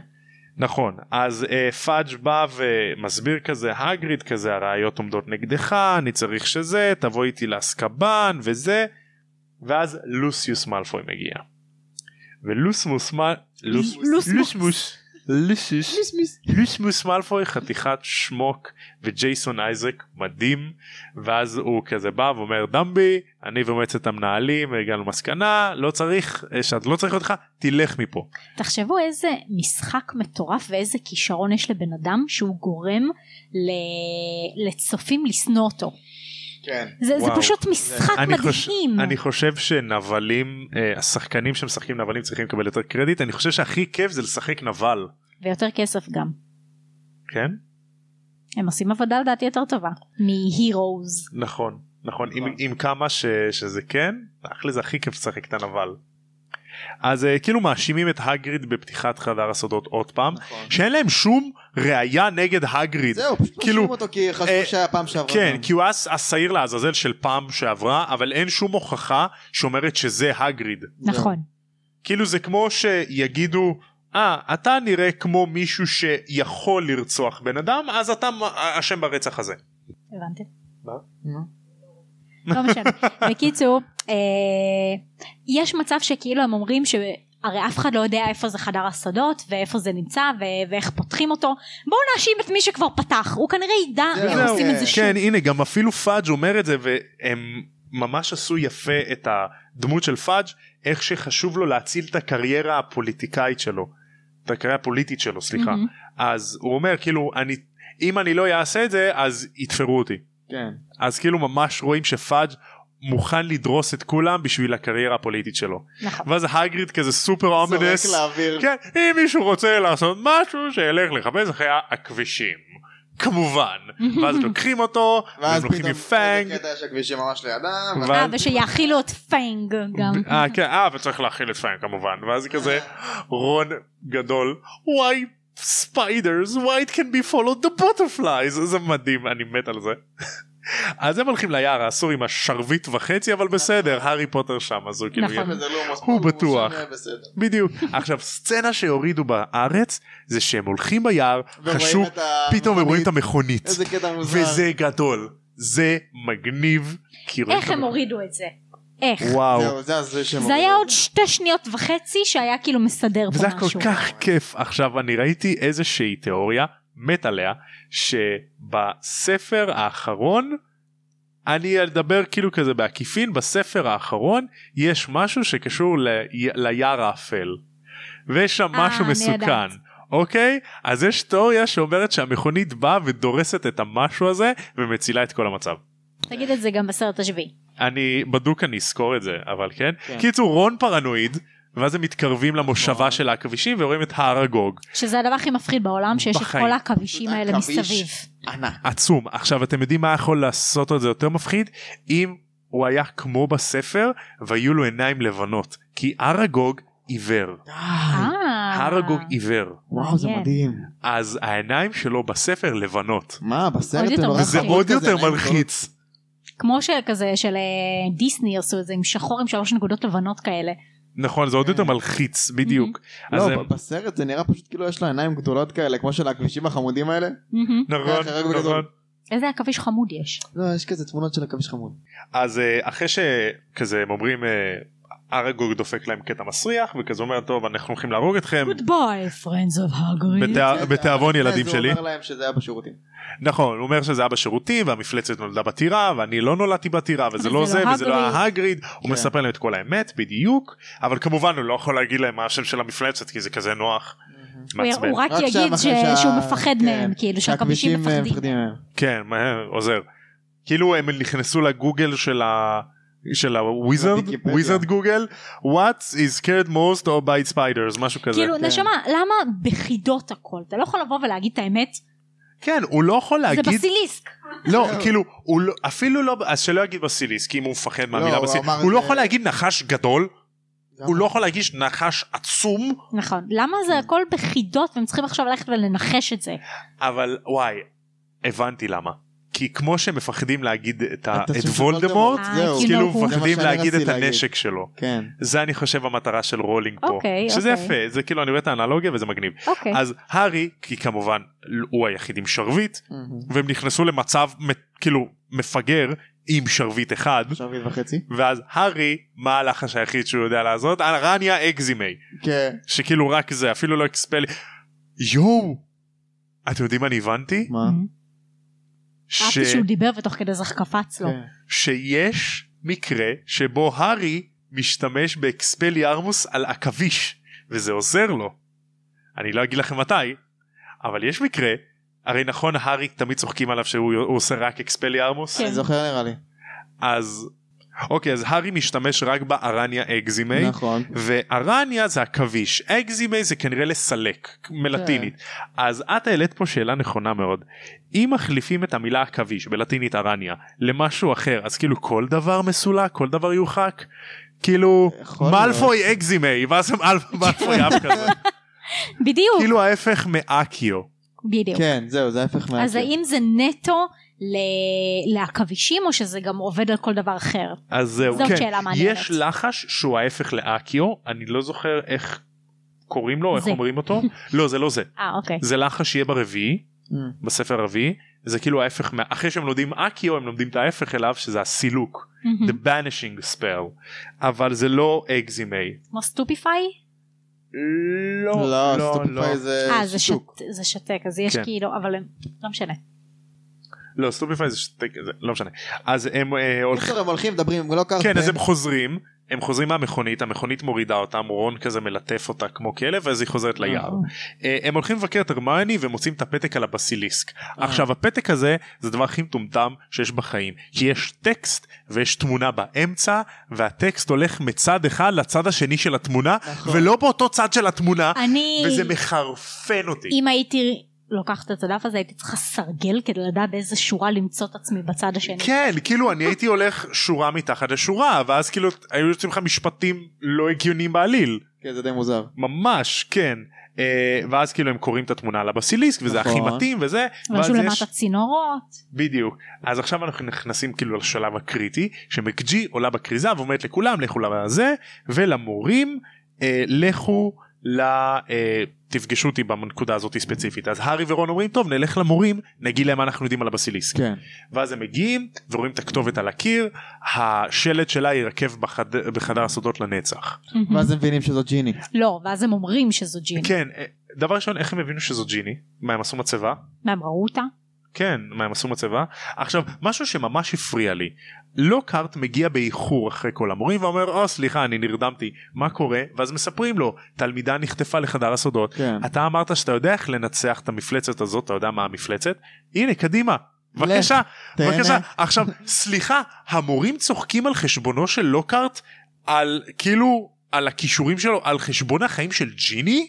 S1: נכון אז אה, פאג' בא ומסביר כזה הגריד כזה הראיות עומדות נגדך אני צריך שזה תבוא איתי לאסקבן וזה ואז לוסיוס מאלפוי מגיע ולוסמוס מה לוס-
S3: לוסמוס.
S1: לוסמוס לוסיוס
S2: מיס מיס.
S1: לוסמוס מאלפוי חתיכת שמוק וג'ייסון אייזק מדהים ואז הוא כזה בא ואומר דמבי אני ומועצת המנהלים הגענו למסקנה לא צריך אה, שאת לא צריך אותך תלך מפה
S3: תחשבו איזה משחק מטורף ואיזה כישרון יש לבן אדם שהוא גורם ל... לצופים לשנוא אותו.
S2: כן.
S3: זה, זה
S1: וואו.
S3: פשוט משחק
S1: אני, חוש...
S3: מדהים.
S1: אני חושב שנבלים אה, השחקנים שמשחקים נבלים צריכים לקבל יותר קרדיט אני חושב שהכי כיף זה לשחק נבל
S3: ויותר כסף גם.
S1: כן
S3: הם עושים עבודה לדעתי יותר טובה. מהירוז.
S1: נכון נכון עם,
S2: נכון.
S1: עם כמה ש, שזה כן אחלה זה הכי כיף לשחק את הנבל אז אה, כאילו מאשימים את הגריד בפתיחת חדר הסודות עוד פעם
S2: נכון.
S1: שאין להם שום ראייה נגד הגריד
S2: זהו, פשוט
S1: כאילו,
S2: משאירים אותו כי
S1: אה,
S2: חשבו שהיה פעם שעברה.
S1: כן
S2: גם.
S1: כי הוא הס- השעיר לעזאזל של פעם שעברה אבל אין שום הוכחה שאומרת שזה הגריד
S2: זהו.
S3: נכון.
S1: כאילו זה כמו שיגידו אה אתה נראה כמו מישהו שיכול לרצוח בן אדם אז אתה מ- אשם ברצח הזה.
S3: הבנתי.
S2: נו.
S3: לא משנה. בקיצור, אה, יש מצב שכאילו הם אומרים ש... הרי אף אחד לא יודע איפה זה חדר הסודות ואיפה זה נמצא ו- ואיך פותחים אותו בואו נאשים את מי שכבר פתח הוא כנראה ידע
S2: זהו,
S3: איך עושים את זה
S2: כן.
S3: שוב
S1: כן הנה גם אפילו פאג' אומר את זה והם ממש עשו יפה את הדמות של פאג' איך שחשוב לו להציל את הקריירה הפוליטיקאית שלו. את הקריירה הפוליטית שלו סליחה.
S3: מהמם.
S1: אז הוא אומר כאילו אני אם אני לא אעשה את זה אז יתפרו אותי.
S2: כן.
S1: אז כאילו ממש רואים שפאג' מוכן לדרוס את כולם בשביל הקריירה הפוליטית שלו.
S3: נכון.
S1: ואז הגריד כזה סופר
S2: זורק
S1: אומנס.
S2: לאוויר.
S1: כן, אם מישהו רוצה לעשות משהו שילך לחפש אחרי הכבישים. כמובן. ואז לוקחים אותו, ואז
S2: ואז
S1: לוקחים
S2: פתאום
S1: עם פאנג.
S2: איזה קטע שהכבישים ממש לידם. ואז-
S3: אה
S1: ואז-
S3: ושיאכילו את פיינג גם
S1: אה, כן, אה, וצריך להכיל את פאנג כמובן. ואז כזה רון גדול. וואי. spiders why it can be followed the butterflies זה מדהים אני מת על זה אז הם הולכים ליער האסור עם השרביט וחצי אבל בסדר
S2: נכון.
S1: הארי פוטר שם אז הוא כאילו
S3: נכון.
S2: וזה לא מוס-
S1: הוא בטוח.
S2: שם, בסדר.
S1: בדיוק. עכשיו סצנה שהורידו בארץ זה שהם הולכים ביער
S2: ורואים
S1: חשוב
S2: את המכונית.
S1: פתאום הם רואים את המכונית
S2: איזה קטע מוזר.
S1: וזה גדול זה מגניב כי רואים את
S3: איך הם
S1: המכונית.
S3: הורידו את זה איך
S1: וואו
S2: זהו, זה הזה שהם
S3: זה היה
S2: הורידו.
S3: עוד שתי שניות וחצי שהיה כאילו מסדר
S1: וזה
S3: פה
S1: היה כל
S3: משהו
S1: כך כיף עכשיו אני ראיתי איזושהי תיאוריה מת עליה שבספר האחרון אני אדבר כאילו כזה בעקיפין בספר האחרון יש משהו שקשור ל- ליער האפל ויש שם
S3: אה,
S1: משהו
S3: אני
S1: מסוכן.
S3: יודעת.
S1: אוקיי אז יש תיאוריה שאומרת שהמכונית באה ודורסת את המשהו הזה ומצילה את כל המצב.
S3: תגיד את זה גם בסרט השביעי
S1: אני בדוק אני אזכור את זה אבל כן,
S2: כן.
S1: קיצור רון פרנואיד ואז הם מתקרבים למושבה
S2: נכון.
S1: של העכבישים ורואים את הר הגוג
S3: שזה הדבר הכי מפחיד בעולם שיש את
S1: בחיים.
S3: כל העכבישים האלה
S2: עכביש.
S3: מסביב
S2: ענק.
S1: עצום עכשיו אתם יודעים מה יכול לעשות את זה יותר מפחיד אם הוא היה כמו בספר והיו לו עיניים לבנות כי אראגוג עיוור
S3: אה.
S1: אראגוג עיוור
S2: וואו, זה
S3: מעניין.
S2: מדהים.
S1: אז העיניים שלו בספר לבנות
S2: מה, בסרט
S3: עוד יותר
S1: וזה עוד יותר
S2: הם לא עשו נכון, כזה,
S3: מלחיץ.
S2: עיניים גדולות?
S1: מלחיץ
S3: כמו שכזה של אה, דיסני עשו את זה עם שחור עם שלוש נקודות לבנות כאלה
S1: נכון זה עוד יותר מלחיץ בדיוק אז
S2: אה.
S1: אה,
S2: לא,
S1: הם-
S2: ב- בסרט זה נראה פשוט כאילו יש לו עיניים גדולות כאלה, כמו של הכבישים החמודים האלה.
S3: מהמם.
S1: נכון
S2: זה הרגוג
S1: נכון
S2: גדול.
S3: איזה עכביש חמוד יש
S2: לא, יש כזה תמונות של הכביש חמוד.
S1: אז אה, אחרי שכזה הם אומרים אה, אראגוג דופק להם קטע מסריח וכזה אומר טוב אנחנו הולכים להרוג אתכם
S3: Good boy friends of הגריד
S1: בתא- בתיאבון
S2: לפני
S1: ילדים
S2: זה
S1: שלי
S2: הוא אומר להם שזה היה בשירותים.
S1: נכון הוא אומר שזה היה בשירותים והמפלצת נולדה בטירה ואני לא נולדתי בטירה וזה
S3: וזה
S1: לא
S3: לא
S1: זה וזה לא
S3: הגריד.
S1: ההגריד הוא
S2: כן.
S1: מספר להם את כל האמת בדיוק אבל כמובן הוא לא יכול להגיד להם מה השם של המפלצת כי זה כזה נוח
S3: הוא י-
S1: מעצבן
S3: הוא רק
S2: רק
S3: יגיד
S2: שם
S3: ש-
S2: אחרי שה-
S3: שהוא מפחד
S2: כן,
S3: מהם כאילו שהעכבישים
S2: שהכבישים, אה,
S3: מפחדים
S2: מהם.
S1: כן מהר, עוזר כאילו הם נכנסו לגוגל של ה... של הוויזרד,
S2: לוויקיפדיה.
S1: וויזרד גוגל, what is scared most or by spiders, משהו כזה. כן.
S3: כאילו נשמה למה בחידות הכל אתה לא יכול לבוא ולהגיד את האמת
S1: כן, הוא לא יכול
S3: זה
S1: להגיד,
S3: בסיליסק
S1: לא, כאילו, הוא לא- אפילו לא, אז שלא יגיד בסיליס, כי אם הוא מפחד
S2: לא,
S1: מהמילה
S2: הוא
S1: בסיליס,
S2: אמר
S1: הוא
S2: את
S1: לא
S2: זה-
S1: יכול להגיד נחש גדול,
S2: זה
S1: הוא לא יכול להגיד נחש עצום,
S3: נכון למה זה הכל בחידות והם צריכים עכשיו ללכת ולנחש את זה
S1: אבל וואי הבנתי למה כי כמו שמפחדים להגיד את, ה-
S2: אתה
S1: את
S2: של
S1: וולדמורט
S2: וולדמורט,
S3: אה,
S2: זהו.
S1: אז
S3: You
S1: כאילו
S3: know who.
S1: מפחדים
S2: זה מה שאני
S1: להגיד את
S2: רציתי להגיד.
S1: הנשק שלו
S2: כן.
S1: זה אני חושב המטרה של רולינג פה
S3: אוקיי,
S1: שזה
S3: אוקיי.
S1: יפה זה כאילו אני רואה את האנלוגיה וזה מגניב
S3: אוקיי
S1: אז הארי כי כמובן הוא היחיד עם שרביט
S2: כן.
S1: והם נכנסו למצב מ- כאילו מפגר עם שרביט אחד
S2: שרביט וחצי.
S1: ואז הארי מה הלחש היחיד שהוא יודע לעשות רניה אקזימי
S2: כן.
S1: שכאילו רק זה אפילו לא אקספל יואו! אתם יודעים מה אני הבנתי?
S2: מה?
S1: ש...
S3: Mm-hmm. אהבתי שהוא דיבר ותוך כדי זה קפץ לו.
S2: כן.
S1: שיש מקרה שבו הארי משתמש באקספליארמוס על עכביש וזה עוזר לו. אני לא אגיד לכם מתי אבל יש מקרה הרי נכון הארי תמיד צוחקים עליו שהוא הוא עושה רק אקספליארמוס
S3: כן.
S2: אני זוכר נראה לי.
S1: אז אוקיי אז הארי משתמש רק בארניה אקזימי
S2: נכון.
S1: וארניה זה עכביש אקזימי זה כנראה לסלק מלטינית
S3: כן.
S1: אז את העלית פה שאלה נכונה מאוד אם מחליפים את המילה עכביש בלטינית ארניה למשהו אחר אז כאילו כל דבר מסולק כל דבר יורחק כאילו
S2: יכול להיות.
S1: מאלפוי אקזימי ואז הם
S3: כן.
S1: אלפ- מאלפוי אף כזה
S3: בדיוק,
S1: כאילו ההפך מאקיו
S3: בדיוק.
S2: כן, זהו, זה ההפך מה...
S3: אז האם זה נטו ל- לעכבישים או שזה גם עובד על כל דבר אחר?
S1: אז זהו
S3: זאת
S1: כן
S3: שאלה מעניינת.
S1: יש לחש שהוא ההפך לאקיו אני לא זוכר איך קוראים לו איך
S3: זה.
S1: אומרים אותו לא זה לא זה
S3: אה אוקיי.
S1: זה לחש שיהיה ברביעי
S2: אה.
S1: בספר הרביעי זה כאילו ההפך מה- אחרי שהם לומדים אקיו הם לומדים את ההפך אליו שזה הסילוק
S3: Mm-hmm.
S1: the banishing spell אבל זה לא אקזימי
S3: כמו סטופיפיי?
S1: לא
S2: לא, סטופיפיי זה
S3: אה זה
S2: שיתוק.
S3: שת- זה שתק אז יש
S1: כן.
S3: כאילו אבל הם- לא משנה.
S1: לא סטופיפיי זה שתק זה לא משנה אז הם אה, הולכים
S2: בקיצור, הם הולכים, מדברים, הם לא קרתם.
S1: כן אז הם חוזרים הם חוזרים מהמכונית המכונית מורידה אותם רון כזה מלטף אותה כמו כלב ואז היא חוזרת ליער אה, הם הולכים לבקר את הרמיוני ומוצאים את הפתק על הבסיליסק עכשיו הפתק הזה זה הדבר הכי מטומטם שיש בחיים כי יש טקסט ויש תמונה באמצע והטקסט הולך מצד אחד לצד השני של התמונה
S2: נכון.
S1: ולא באותו צד של התמונה
S3: אני...
S1: וזה מחרפן אותי
S3: אם הייתי לוקחת את הדף הזה הייתי צריכה סרגל כדי לדעת באיזה שורה למצוא את עצמי בצד השני.
S1: כן כאילו אני הייתי הולך שורה מתחת לשורה ואז כאילו היו יוצאים לך משפטים לא הגיוניים בעליל
S2: כן, זה די מוזר.
S1: ממש כן אה, ואז כאילו הם קוראים את התמונה על הבסיליסק וזה הכי
S2: נכון.
S1: מתאים וזה
S3: רשו
S1: ואז
S3: למטה צינורות.
S1: בדיוק אז עכשיו אנחנו נכנסים כאילו לשלב הקריטי שמקג'י עולה בכריזה ואומרת לכולם לכו לזה ולמורים אה, לכו ל... אה, תפגשו אותי בנקודה הזאת ספציפית אז הארי ורון אומרים טוב נלך למורים נגיד להם מה אנחנו יודעים על הבסיליסק
S2: כן.
S1: ואז הם מגיעים ורואים את הכתובת על הקיר השלט שלה יירקב בחד... בחדר הסודות לנצח
S2: ואז הם מבינים שזאת ג'יני.
S3: לא ואז הם אומרים שזו ג'יני.
S1: כן אה, דבר ראשון איך הם הבינו שזו ג'יני מה הם עשו מצבה
S3: מה הם ראו אותה?
S1: כן, מה הם עשו מצבה? עכשיו, משהו שממש הפריע לי. לוקארט מגיע באיחור אחרי כל המורים ואומר, או סליחה, אני נרדמתי, מה קורה? ואז מספרים לו, תלמידה נחטפה לחדר הסודות.
S2: כן.
S1: אתה אמרת שאתה יודע איך לנצח את המפלצת הזאת, אתה יודע מה המפלצת? הנה, קדימה. בבקשה,
S2: תהנה.
S1: בבקשה. עכשיו, סליחה, המורים צוחקים על חשבונו של לוקארט, על כאילו, על הכישורים שלו, על חשבון החיים של ג'יני?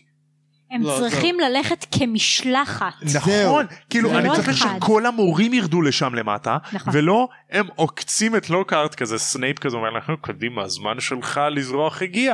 S3: הם
S2: לא,
S3: צריכים ללכת כמשלחת.
S2: זהו.
S1: נכון, כאילו
S3: זה
S1: אני
S3: לא
S1: צריך
S3: אחד.
S1: שכל המורים ירדו לשם למטה,
S3: נכון.
S1: ולא הם עוקצים את לוקארט כזה סנייפ כזה אומר לנו קדימה הזמן שלך לזרוח הגיע.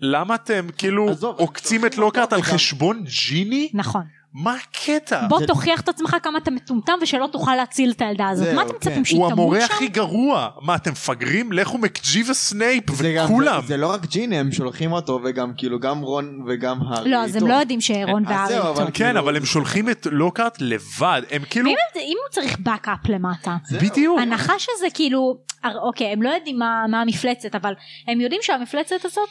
S1: למה אתם כאילו
S2: עזוב,
S1: עוקצים
S2: הם
S1: את לוקארט
S2: צוחקים
S1: על
S2: אותו, וגם-
S1: חשבון ג'יני?
S3: נכון.
S1: מה
S2: אה,
S1: הקטע?
S3: בוא תוכיח את עצמך כמה אתה מטומטם ושלא תוכל להציל את הילדה הזאת.
S2: זהו,
S3: מה אתם מצפים
S2: כן.
S1: הוא
S3: שיתאמו
S1: המורה
S3: שם?
S1: הכי גרוע. מה אתם מפגרים? לכו מקג'י וסנייפ
S2: זה גם-
S1: וכולם.
S2: זה- זה לא רק ג'יני, הם שולחים אותו, וגם כאילו, גם רון וגם הארי.
S3: לא אז הם
S2: איתו.
S3: לא יודעים שרון
S2: אז
S3: והארי
S2: זהו, אבל-
S3: איתו.
S1: כן
S2: כאילו-
S1: אבל הם שולחים את לוקארט לבד הם כאילו
S3: ואם הם- אם הוא צריך באקאפ למטה.
S2: זהו.
S1: בדיוק.
S3: הנחה שזה כאילו, הר- אוקיי, הם לא יודעים מה, מה המפלצת, אבל הם יודעים שהמפלצת הזאת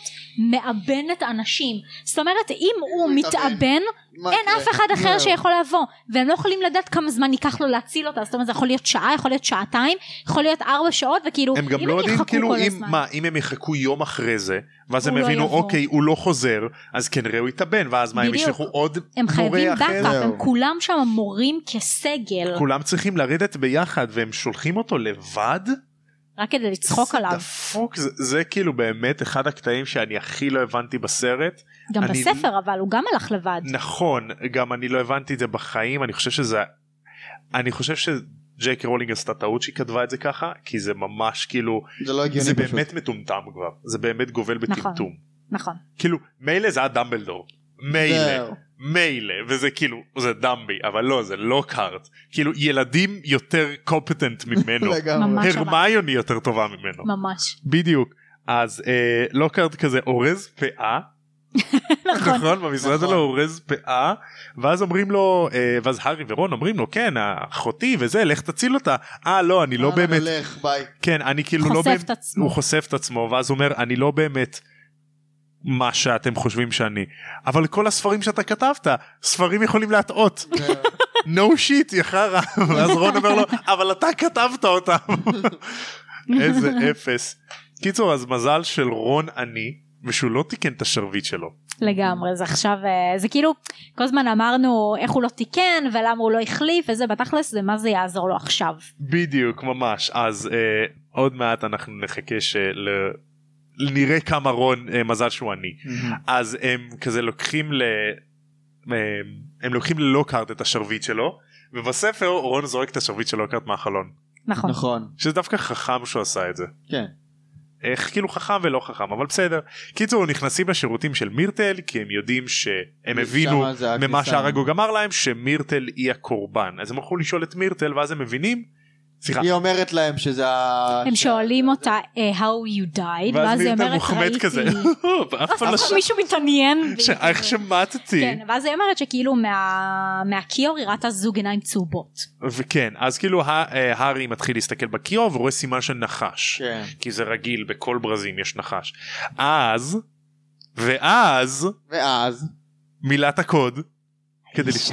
S3: מאבנת אנשים. זאת אומרת, אם הוא מתאבן,
S2: מה
S1: אוקיי.
S3: אין
S2: יקרה?
S3: אף אחד אחר
S2: לא.
S3: שיכול לבוא, והם לא יכולים לדעת כמה זמן ייקח לו להציל אותה, זאת אומרת, זה יכול להיות שעה, יכול להיות שעתיים, יכול להיות ארבע שעות, וכאילו,
S1: הם גם
S3: אם
S1: לא יודעים
S3: יחכו
S1: כאילו
S3: כל
S1: אם
S3: הזמן-
S1: מה אם הם יחכו יום אחרי זה ואז הם
S3: הוא לא
S1: יבינו
S3: יבוא.
S1: אוקיי הוא לא חוזר אז כנראה הוא יתאבן ואז מה הם
S3: בדיוק.
S1: ישלחו עוד
S3: הם חייבים
S1: מורה אחר לא.
S3: באקאפ, הם
S2: זהו.
S3: כולם שם מורים כסגל,
S1: כולם צריכים לרדת ביחד והם שולחים אותו לבד
S3: רק כדי לצחוק
S1: זה
S3: עליו.
S1: דפוק זה, זה כאילו באמת אחד הקטעים שאני הכי לא הבנתי בסרט
S3: גם
S1: אני-
S3: בספר, אבל הוא גם הלך לבד.
S1: נכון גם אני לא הבנתי את זה בחיים אני חושב שזה אני חושב שג'ק רולינג עשתה טעות שהיא כתבה את זה ככה כי זה ממש כאילו
S2: זה לא הגיוני
S1: זה
S2: פשוט.
S1: באמת מטומטם כבר זה באמת גובל בטמטום.
S3: נכון.
S1: כאילו מילא זה היה דמבלדור מילא
S2: זהו.
S1: מילא וזה כאילו זה דמבי אבל לא זה לא קארט כאילו ילדים יותר קומפטנט ממנו
S2: לגמרי.
S3: ממש.
S1: הרמיוני יותר טובה ממנו
S3: ממש.
S1: בדיוק אז אה, לוקארט כזה אורז פאה
S3: נכון.
S1: נכון במשרד
S2: נכון.
S1: שלו אורז פאה ואז אומרים לו אה, ואז הארי ורון אומרים לו כן אחותי וזה לך תציל אותה אה לא אני לא
S2: אהלן,
S1: באמת
S2: הולך, ביי.
S1: כן אני כאילו לא
S3: חושף
S1: באמת
S3: את עצמו.
S1: הוא חושף את עצמו ואז הוא אומר אני לא באמת מה שאתם חושבים שאני אבל כל הספרים שאתה כתבת ספרים יכולים להטעות no shit יא חרא ואז רון אומר לו אבל אתה כתבת אותם איזה אפס קיצור אז מזל של רון עני ושהוא לא תיקן את השרביט שלו
S3: לגמרי זה עכשיו אה, זה כאילו כל הזמן אמרנו איך הוא לא תיקן ולמה הוא לא החליף וזה בתכלס זה מה זה יעזור לו עכשיו
S1: בדיוק ממש אז אה, עוד מעט אנחנו נחכה של... נראה כמה רון אה, מזל שהוא עני אז הם כזה לוקחים ל... הם, הם לוקחים ללוקהרט את השרביט שלו ובספר רון זורק את השרביט של לוקהרט מהחלון
S3: נכון
S2: נכון
S1: שזה דווקא חכם שהוא עשה את זה
S2: כן
S1: איך כאילו חכם ולא חכם אבל בסדר קיצור נכנסים לשירותים של מירטל כי הם יודעים שהם הבינו
S2: שמה זה
S1: ממה
S2: הכניסה.
S1: שהרגוג אמר להם שמירטל היא הקורבן אז הם הלכו לשאול את מירטל ואז הם מבינים סליחה
S2: היא אומרת להם שזה ה...
S3: הם שואלים אותה אה, how you
S1: ואז
S3: died ואז היא
S1: מירטל
S3: אומרת
S1: מוחמד
S3: ראיתי
S1: כזה אף
S3: אז
S1: פעם לא ש-
S3: מישהו מתעניין בי."
S1: ש- איך שמטתי
S3: כן, ואז היא אומרת שכאילו מה- מהכיור היא ראתה זוג עיניים צהובות.
S1: וכן אז כאילו ה- אה, הארי מתחיל להסתכל בכיור ורואה סימן של נחש
S2: כן.
S1: כי זה רגיל בכל ברזים יש נחש אז ואז
S2: ואז
S1: מילת הקוד כדי לפ-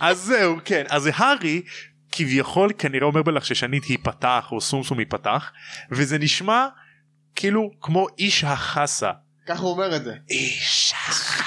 S1: אז זהו כן אז הארי כביכול כנראה אומר בלחששנית ייפתח או סומסום ייפתח וזה נשמע כאילו כמו איש החסה
S2: ככה הוא אומר את זה.
S1: איש החסה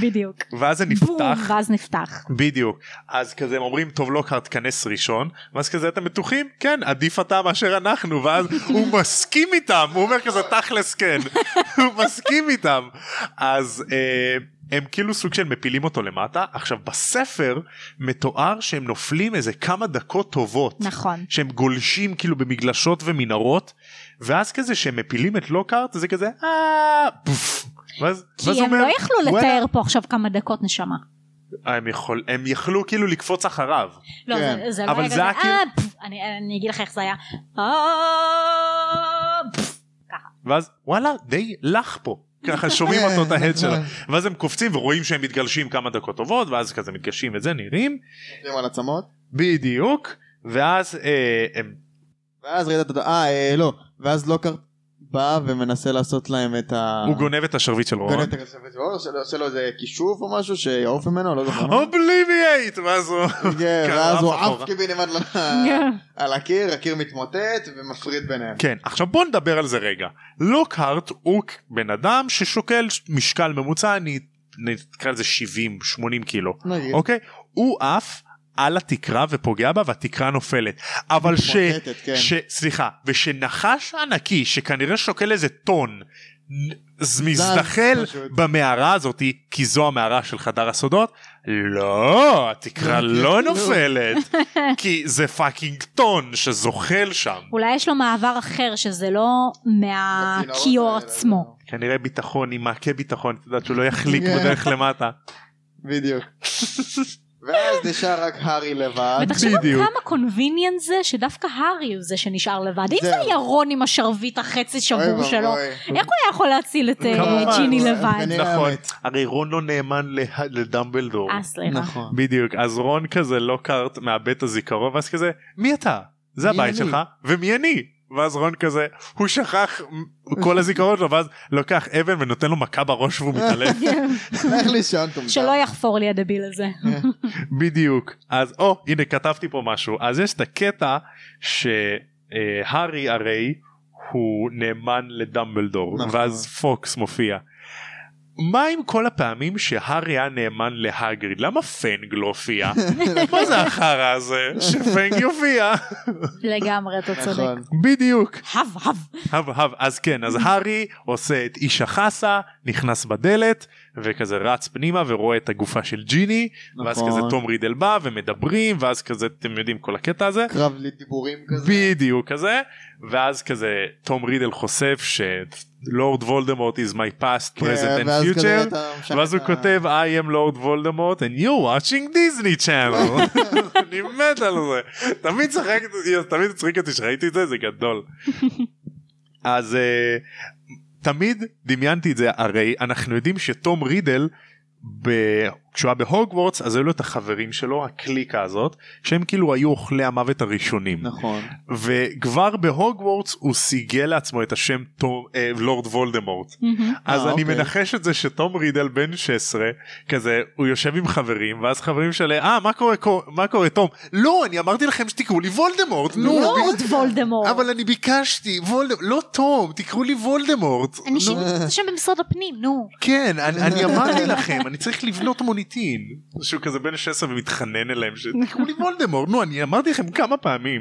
S3: בדיוק.
S1: ואז זה
S3: בום,
S1: נפתח
S3: ואז נפתח.
S1: בדיוק אז כזה הם אומרים טוב לוקהרט כנס ראשון ואז כזה אתם בטוחים כן עדיף אתה מאשר אנחנו ואז הוא מסכים איתם הוא אומר כזה תכלס כן הוא מסכים איתם אז אה, הם כאילו סוג של מפילים אותו למטה עכשיו בספר מתואר שהם נופלים איזה כמה דקות טובות
S3: נכון.
S1: שהם גולשים כאילו במגלשות ומנהרות ואז כזה שהם מפילים את לוקהרט זה כזה אה... פוף. ואז,
S3: כי
S1: ואז הוא
S3: הם לא
S1: אומר,
S3: יכלו
S1: "וואלה, אה,
S3: לתאר פה עכשיו כמה דקות נשמה.
S1: הם, יכול, הם יכלו כאילו לקפוץ אחריו
S3: לא,
S2: כן.
S3: זה- זה לא
S1: אבל
S3: היה
S1: זה
S3: כזה,
S1: היה כאילו-
S3: אה, פף, אני אני אגיד לך איך זה היה. אה, פף.
S1: ואז וואלה די לח פה ככה שומעים אותו את ההד שלו ואז הם קופצים ורואים שהם מתגלשים כמה דקות טובות ואז כזה מתגלשים את זה נראים
S2: נותנים על עצמות.
S1: בדיוק ואז אה, הם
S2: ואז ראית את ה... אה, אה, לא. ואז לוקארט בא ומנסה לעשות להם את ה...
S1: הוא גונב את השרביט של רון.
S2: גונב את הכסף שלו, שלו- עושה לו איזה כישוף או משהו שיעוף ממנו, לא זוכר. מה.
S1: אובליבייט ואז הוא
S2: כן,
S1: כן,
S2: ואז
S1: הוא
S2: הוא
S1: עף אחורה.
S2: עף קיבינימט ל- על הקיר, הקיר מתמוטט ומפריד ביניהם.
S1: כן עכשיו בוא נדבר על זה רגע לוקהרט הוא בן אדם ששוקל משקל ממוצע אני נקרא לזה 70-80 קילו
S2: נגיד.
S1: אוקיי הוא עף על התקרה ופוגע בה והתקרה נופלת אבל ש...
S2: מתמוטטת, כן.
S1: ש... סליחה, ושנחש ענקי שכנראה שוקל איזה טון נ- ז- מזדחל
S2: פשוט.
S1: במערה הזאתי כי זו המערה של חדר הסודות לא התקרה לא נופלת כי זה פאקינג טון שזוחל שם
S3: אולי יש לו מעבר אחר שזה לא
S2: בצינורות
S3: מהכיור
S2: האלה,
S3: עצמו.
S1: כנראה ביטחון עם מעקה ביטחון את יודעת שהוא לא יחליק
S2: כן.
S1: בדרך למטה
S2: בדיוק. ואז נשאר רק הארי לבד.
S3: ותחשבו
S1: בדיוק.
S3: כמה קונביניאנט זה שדווקא הארי הוא זה שנשאר לבד. אם
S2: זהו.
S3: זה היה רון עם השרביט החצי שבור
S2: אוי
S3: שלו,
S2: ואבוי.
S3: איך הוא היה יכול להציל את אה,
S1: כמובן.
S3: ג'יני
S2: זה-
S3: לבד?
S2: כנראה
S1: נכון
S2: האמת.
S1: הרי רון לא נאמן לה- לדמבלדור
S3: אה סליחה.
S2: נכון.
S1: בדיוק אז רון כזה לוקארט מאבד את הזיכרון ואז כזה מי אתה זה
S2: מי
S1: הבית
S2: אני?"
S1: שלך ומי אני ואז רון כזה הוא שכח כל הזיכרון שלו ואז לוקח אבן ונותן לו מכה בראש והוא מתעלף
S2: לך לישון טומטם.
S3: שלא יחפור לי הדביל הזה.
S1: בדיוק אז או הנה כתבתי פה משהו אז יש את הקטע שהארי הרי הוא נאמן לדמבלדור
S2: נכון.
S1: ואז פוקס מופיע. מה עם כל הפעמים שהארי היה נאמן להגריד למה פנג לא הופיע? מה זה החרא הזה שפנג יופיע?
S3: לגמרי אתה צודק.
S2: נכון.
S1: בדיוק.
S3: הב הב.
S1: הב הב אז כן אז הארי עושה את איש החסה נכנס בדלת וכזה רץ פנימה ורואה את הגופה של ג'יני ואז
S2: נכון.
S1: כזה תום רידל בא ומדברים ואז כזה אתם יודעים כל הקטע הזה
S2: קרב לדיבורים כזה.
S1: בדיוק כזה ואז כזה תום רידל חושף שלורד וולדמורט is my past
S2: כן,
S1: present and
S2: ואז כזה
S1: future
S2: אתה משחק
S1: ואז הוא
S2: את ה-
S1: כותב I am Lord Voldemort and you're watching Disney channel. אני מת על זה. תמיד צחקתי, תמיד הצחיק אותי שראיתי את זה, זה גדול. אז אה, תמיד דמיינתי את זה, הרי אנחנו יודעים שתום רידל ב- כשהוא היה בהוגוורטס אז היו לו את החברים שלו הקליקה הזאת שהם כאילו היו אוכלי המוות הראשונים
S2: נכון.
S1: וכבר בהוגוורטס הוא סיגל לעצמו את השם תום, אה, לורד וולדמורט
S3: מהמם.
S1: אז
S2: אה,
S1: אני
S2: אוקיי.
S1: מנחש את זה שתום רידל בן 16 כזה הוא יושב עם חברים ואז חברים שלי אה מה קורה קו- מה קורה תום לא אני אמרתי לכם שתקראו לי וולדמורט נו אוקיי.
S3: לורד לא, וולדמורט.
S1: אבל אני ביקשתי וולדמורט לא תום תקראו לי וולדמורט
S3: אני
S1: נו,
S3: שיניתי את השם במשרד הפנים נו.
S1: כן אני אני אמרתי לכם אני צריך לבנות מוניטין שהוא כזה בן 16 ומתחנן אליהם שתקראו לי וולדמורט נו אני אמרתי לכם כמה פעמים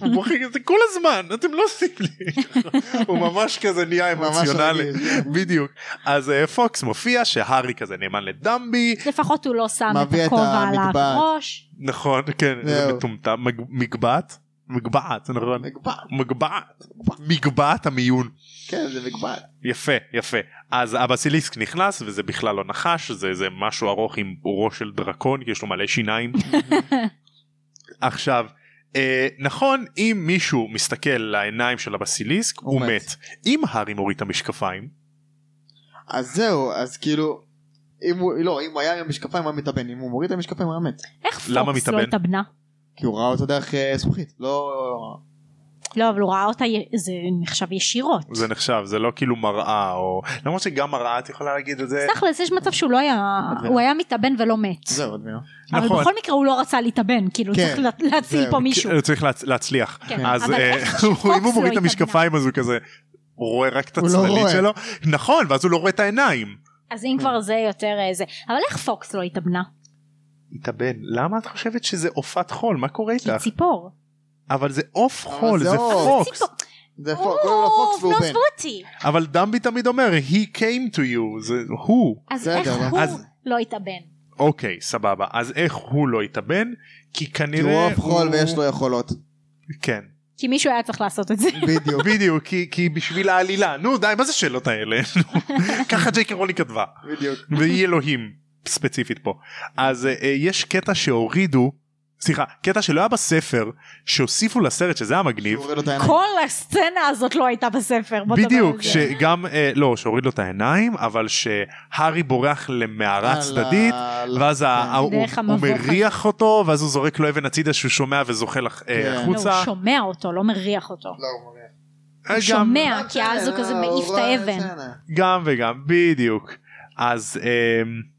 S1: הוא בוחר את זה כל הזמן אתם לא עושים לי הוא ממש כזה נהיה
S2: ממש כן.
S1: אמוציונלי
S2: רגיש.
S1: בדיוק אז אה, פוקס מופיע שהארי כזה נאמן לדמבי
S3: לפחות הוא לא שם את
S2: מביא את
S3: הכובע על
S2: המגבעת.
S3: הראש.
S1: נכון כן זה
S2: זהו.
S1: מטומטם מג- מגבעת מגבעת נכון
S2: מגבעת.
S1: מגבעת מגבעת המיון
S2: כן, זה מגבעת.
S1: יפה יפה אז הבסיליסק נכנס וזה בכלל לא נחש זה זה משהו ארוך עם ראש של דרקון כי יש לו מלא שיניים עכשיו אה, נכון אם מישהו מסתכל לעיניים של הבסיליסק הוא
S2: הוא מת.
S1: מת אם הארי מוריד את המשקפיים
S2: אז זהו, אז כאילו... אם הוא, לא, אם הוא היה עם המשקפיים הוא היה מתאבן, אם הוא מוריד את המשקפיים הוא היה מת.
S3: איך
S1: למה
S3: פוקס לא
S1: מתאבן?
S3: התאבנה?
S2: כי הוא ראה אותו דרך אה, זכוכית, לא...
S3: לא אבל הוא ראה אותה י- זה נחשב ישירות.
S1: זה נחשב זה לא כאילו מראה או למרות שגם מראה את יכולה להגיד את זה
S3: תכל'ס יש מצב שהוא לא היה הוא היה מתאבן ולא מת.
S2: זהו, את מבינה.
S3: אבל
S1: נכון.
S3: בכל מקרה הוא לא רצה להתאבן כאילו
S2: כן.
S3: צריך לה- להציל
S2: זהו,
S3: פה מישהו.
S1: הוא כן, צריך להצ- להצליח
S3: כן,
S1: אז
S3: אבל
S1: אה,
S3: איך
S1: הוא-
S3: שפוקס
S1: אם הוא מוריד את
S3: לא
S1: המשקפיים אז הוא כזה הוא רואה רק את
S2: הוא לא
S1: הצללית
S2: רואה.
S1: שלו נכון ואז הוא לא רואה את העיניים.
S3: אז אם כבר זה יותר אה, זה. אבל איך פוקס לא התאבנה?
S1: התאבן למה את חושבת שזה עופת חול מה קורה
S3: כי היא
S1: איתך
S3: ציפור.
S1: אבל זה עוף חול
S2: זה
S1: זה
S2: עוף.
S1: פוקס
S3: ציפור. לא
S2: זה פוק, קוראים לו פוקס
S3: הוא
S2: והוא
S3: נוז
S2: בן.
S3: ווטי.
S1: אבל דמבי תמיד אומר he came to you זה הוא
S3: אז
S2: בסדר,
S3: איך
S2: אבל-
S3: הוא
S1: אז-
S3: לא התאבן?
S1: אוקיי סבבה אז איך הוא לא התאבן כי
S2: כי הוא
S1: כנראה
S2: אוף חול ויש לו יכולות.
S1: כן
S3: כי מישהו היה צריך לעשות את זה.
S2: בדיוק.
S1: בדיוק כי כי בשביל העלילה נו די מה זה שאלות האלה נו. ככה ג'ייקי רולינג כתבה.
S2: בדיוק.
S1: והיא אלוהים ספציפית פה אז אה, אה, יש קטע שהורידו סליחה קטע שלא היה בספר שהוסיפו לסרט שזה היה מגניב
S2: הוא הוריד לו את העיניים.
S3: כל הסצנה הזאת לא הייתה בספר. בוא נדבר על
S1: בדיוק
S3: זה.
S1: שגם אה, לא שהוריד לו את העיניים אבל שהארי בורח למערה
S2: על
S1: צדדית
S2: ה-
S1: ואז ה- ה- הוא
S3: כן. דרך
S1: הוא
S3: המבוך
S1: מריח אותו ואז הוא זורק לו אבן הצידה שהוא שומע וזוכה לח- אה,
S2: כן.
S3: לא, הוא
S1: החוצה.
S3: שומע אותו, לא מריח אותו.
S2: לא, הוא מריח.
S1: אה, גם-
S3: הוא שומע, כי אז הוא כזה מעיף את האבן.
S2: כן.
S1: גם וגם בדיוק אז אמ,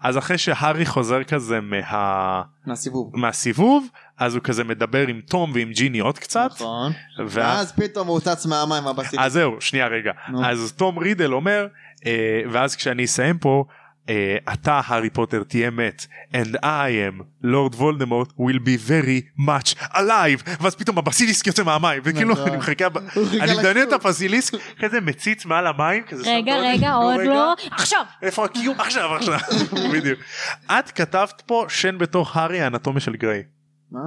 S1: אז אחרי שהארי חוזר כזה מה...
S2: מהסיבוב.
S1: מהסיבוב אז הוא כזה מדבר עם תום ועם ג'יני עוד קצת
S2: נכון.
S1: ואז
S2: ואז פתאום הוא צץ מהמים הבסיס.
S1: אז זהו שנייה רגע
S2: נו.
S1: אז תום רידל אומר אה, ואז כשאני אסיים פה אה, אתה הארי פוטר תהיה מת and I am לורד וולדמורט will be very much alive ואז פתאום הבסיליסק יוצא מהמים וכאילו
S2: נכון.
S1: אני מחכה ב-
S2: הוא חיכה
S1: אני מדמיין את
S2: לכלום.
S1: הבסיליסק כזה מציץ מעל המים כזה שם
S3: רגע,
S1: את האוזן,
S3: רגע,
S1: נו,
S3: עוד
S1: רגע.
S3: לא. עכשיו!
S1: איפה הקיום עכשיו עכשיו בדיוק את כתבת פה שן בתור הארי האנטומיה של גריי
S2: מה?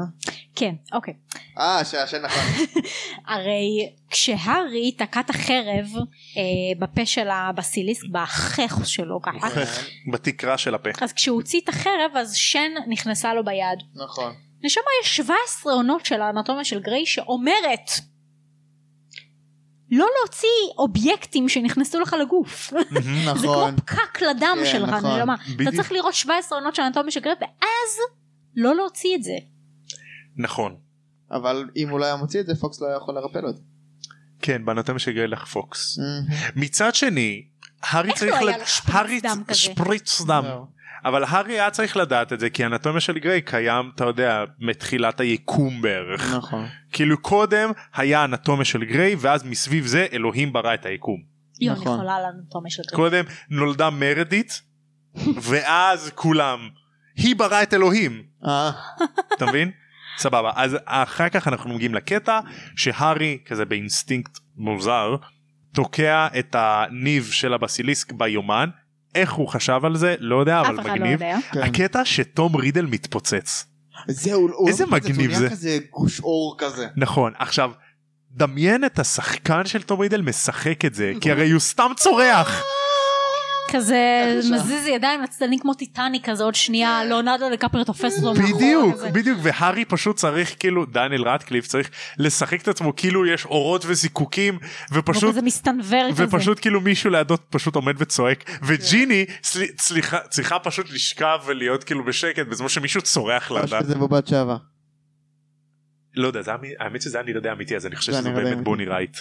S3: כן, אוקיי.
S2: אה, שהשן נכון.
S3: הרי כשהארי תקע את החרב אה, בפה של הבסיליסק, בחך שלו ככה,
S1: בתקרה של הפה
S3: אז כשהוא הוציא את החרב אז שן נכנסה לו ביד.
S2: נכון.
S3: נשמה יש 17 עונות של האנטומיה של גריי שאומרת לא להוציא אובייקטים שנכנסו לך לגוף. זה כמו
S2: נכון.
S3: פקק לדם
S2: כן,
S3: שלך,
S2: נכון.
S3: נשמה. אתה
S1: בדיוק.
S3: צריך לראות 17 עונות של האנטומיה של גריי ואז לא להוציא את זה.
S1: נכון
S2: אבל אם הוא לא היה מוציא את זה, פוקס לא היה יכול לרפא לו את זה.
S1: כן באנטומיה של גריי לך פוקס מצד שני הארי
S3: איך
S1: צריך
S3: לא
S1: לד-
S3: היה לו שפריץ
S1: הארי
S3: דם
S1: צ-
S3: כזה?
S1: שפריץ דם
S2: לא.
S1: אבל הארי היה צריך לדעת את זה כי האנטומיה של גריי קיים אתה יודע מתחילת היקום בערך
S2: נכון.
S1: כאילו קודם היה אנטומיה של גריי ואז מסביב זה אלוהים ברא את היקום
S3: יו, אני
S2: נכון.
S3: יכולה על האנטומיה של גריי.
S1: קודם נולדה מרדית ואז כולם היא בראה את אלוהים
S2: אה,
S1: אתה מבין? סבבה אז אחר כך אנחנו מגיעים לקטע שהארי כזה באינסטינקט מוזר תוקע את הניב של הבסיליסק ביומן איך הוא חשב על זה לא יודע
S3: אף
S1: אבל
S3: אחד לא
S1: מגניב
S3: יודע.
S2: כן.
S1: הקטע שתום רידל מתפוצץ
S2: זהו, הוא
S1: איזה
S2: לא מתפוצץ,
S1: מגניב
S2: הוא
S1: זה.
S2: נהיה כזה גוש עור כזה.
S1: נכון עכשיו דמיין את השחקן של תום רידל משחק את זה כי הרי הוא סתם צורח
S3: כזה
S2: איך נשאר?
S3: מזיז ידיים לצדדים כמו טיטניק כזה עוד שנייה
S2: כן.
S3: ליאונרדו דקפר תופס אותו מאחורה
S1: בדיוק
S3: נכון. כזה.
S1: בדיוק והארי פשוט צריך כאילו דניאל רטקליף צריך לשחק את עצמו כאילו יש אורות וזיקוקים
S3: והוא
S1: ופשוט
S3: כזה מסתנוור כזה
S1: ופשוט כאילו מישהו לידו פשוט עומד וצועק וג'יני
S2: כן.
S1: סל- סליחה- צריכה פשוט לשכב ולהיות כאילו בשקט בזמן שמישהו צורח
S2: יש
S1: לידה.
S2: כזה בבת שעבה.
S1: לא יודע זה היה מ- האמת שזה היה נראה די אמיתי אז אני חושב
S2: זה
S1: שזה
S2: נראה די
S1: באמת
S2: אמיתי.
S1: בוני רייט.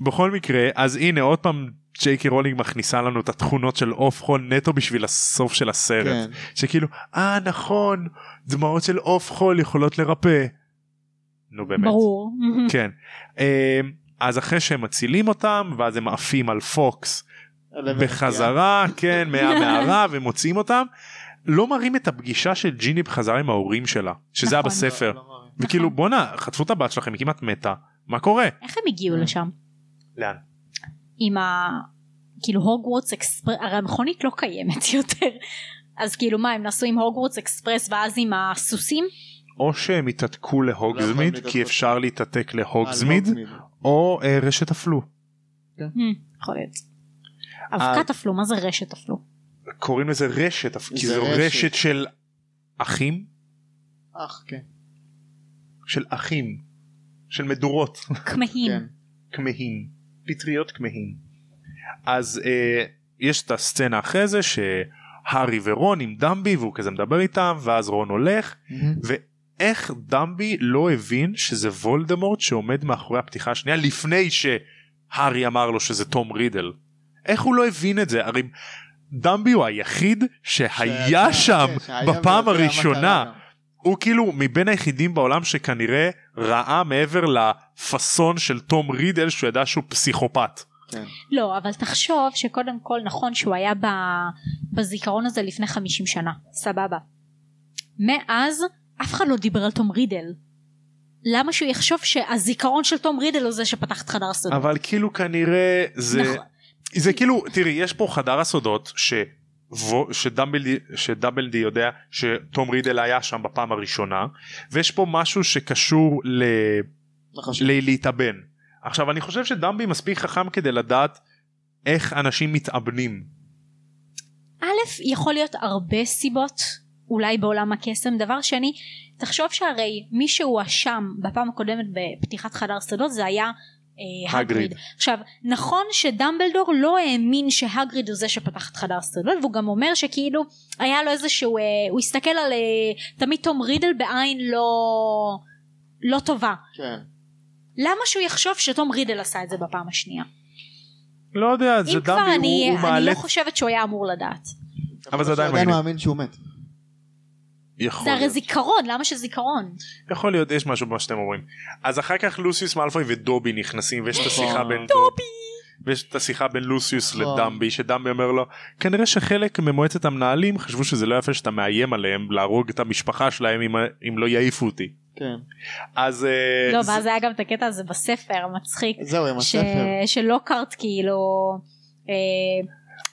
S1: בכל מקרה אז הנה עוד פעם ג'יי קי רולינג מכניסה לנו את התכונות של עוף חול נטו בשביל הסוף של הסרט
S2: כן.
S1: שכאילו אה נכון דמעות של עוף חול יכולות לרפא. נו באמת.
S3: ברור
S1: כן. אה, אז אחרי שהם מצילים אותם ואז הם עפים על פוקס בחזרה כן מהמערה ומוציאים אותם לא מראים את הפגישה של ג'יני בחזרה עם ההורים שלה שזה היה
S3: נכון.
S1: בספר
S2: לא, לא, לא.
S1: וכאילו
S3: נכון.
S1: בואנה חטפו את הבת שלכם היא כמעט מתה מה קורה
S3: איך הם
S1: כן.
S3: הגיעו לשם
S1: לאן
S3: עם ה... כאילו הוגוורטס אקספרס, הרי המכונית לא קיימת יותר. אז כאילו מה, הם נסעו עם הוגוורטס אקספרס ואז עם הסוסים?
S1: או שהם התעתקו
S2: יכולים
S1: להוגזמיד
S2: להתעתק.
S1: כי אפשר להתעתק
S2: אה,
S1: להוגזמיד
S2: הוגזמיד.
S1: או אה, רשת אפלו
S3: Hmm, יכול להיות. אה, אבקת אפלו, מה זה רשת אפלו?
S1: קוראים לזה רשת אפ- כי
S2: זה
S1: זו
S2: רשת.
S1: רשת של אחים
S2: אח, כן.
S1: של אחים של מדורות
S3: כמהים.
S2: כן.
S1: כמהים פטריות כמהים אז אה, יש את הסצנה אחרי זה שהארי ורון עם דמבי והוא כזה מדבר איתם ואז רון הולך ואיך דמבי לא הבין שזה וולדמורט שעומד מאחורי הפתיחה השנייה לפני שהארי אמר לו שזה תום רידל איך הוא לא הבין את זה הרי דמבי הוא היחיד שהיה
S2: שהיה-
S1: שם
S2: כן, שהיה
S1: בפעם
S2: ויודע מה
S1: הראשונה
S2: קרה לו.
S1: הוא כאילו מבין היחידים בעולם שכנראה ראה מעבר לפאסון של תום רידל שהוא ידע שהוא פסיכופת.
S2: כן.
S3: לא, אבל תחשוב שקודם כל נכון שהוא היה ב... בזיכרון הזה לפני 50 שנה, סבבה. מאז אף אחד לא דיבר על תום רידל. למה שהוא יחשוב שהזיכרון של תום רידל הוא זה שפתח את חדר הסודות?
S1: אבל כאילו כנראה זה
S3: נכון.
S1: זה כאילו תראי יש פה חדר הסודות ש... ו- שדמבלדי, שדמבלדי יודע שתום רידל היה שם בפעם הראשונה ויש פה משהו שקשור ל...
S2: לא חשוב.
S1: ל... להתאבן עכשיו אני חושב שדמבי מספיק חכם כדי לדעת איך אנשים מתאבנים
S3: א', יכול להיות הרבה סיבות, אולי בעולם הקסם. דבר שני, תחשוב שהרי מי שהואשם בפעם הקודמת בפתיחת חדר סודות זה היה אה, הגריד.
S1: הגריד.
S3: עכשיו, נכון שדמבלדור לא האמין שהגריד הוא זה שפתח את חדר סודות, והוא גם אומר שכאילו היה לו איזשהו, אה, הוא הסתכל על אה, תמיד תום רידל בעין לא, לא טובה.
S2: כן.
S3: למה שהוא יחשוב שתום רידל עשה את זה בפעם השנייה?
S1: לא יודע זה
S3: אם כבר
S1: דמבי
S3: אני,
S1: הוא, הוא
S3: אני
S1: מעלה
S3: לא חושבת שהוא היה אמור לדעת.
S1: אבל זה עדיין
S2: שהוא
S1: מגניב.
S2: עדיין מאמין שהוא מת.
S1: יכול
S3: זה הרי
S1: להיות.
S3: זיכרון, למה שזיכרון?
S1: יכול להיות יש משהו במה שאתם אומרים אז אחר כך לוסיוס מאלפוי ודובי נכנסים ויש את השיחה
S2: נכון.
S1: בין ויש את השיחה בין לוסיוס
S2: נכון.
S1: לדמבי שדמבי אומר לו כנראה שחלק ממועצת המנהלים חשבו שזה לא יפה שאתה מאיים עליהם להרוג את המשפחה שלהם אם, אם לא יעיפו אותי
S2: כן.
S1: אז אה,
S3: לא,
S1: זה-
S3: ואז היה גם את הקטע הזה בספר המצחיק,
S2: זהו, עם
S3: ש-
S2: הספר.
S3: שלוקארט כאילו, אה,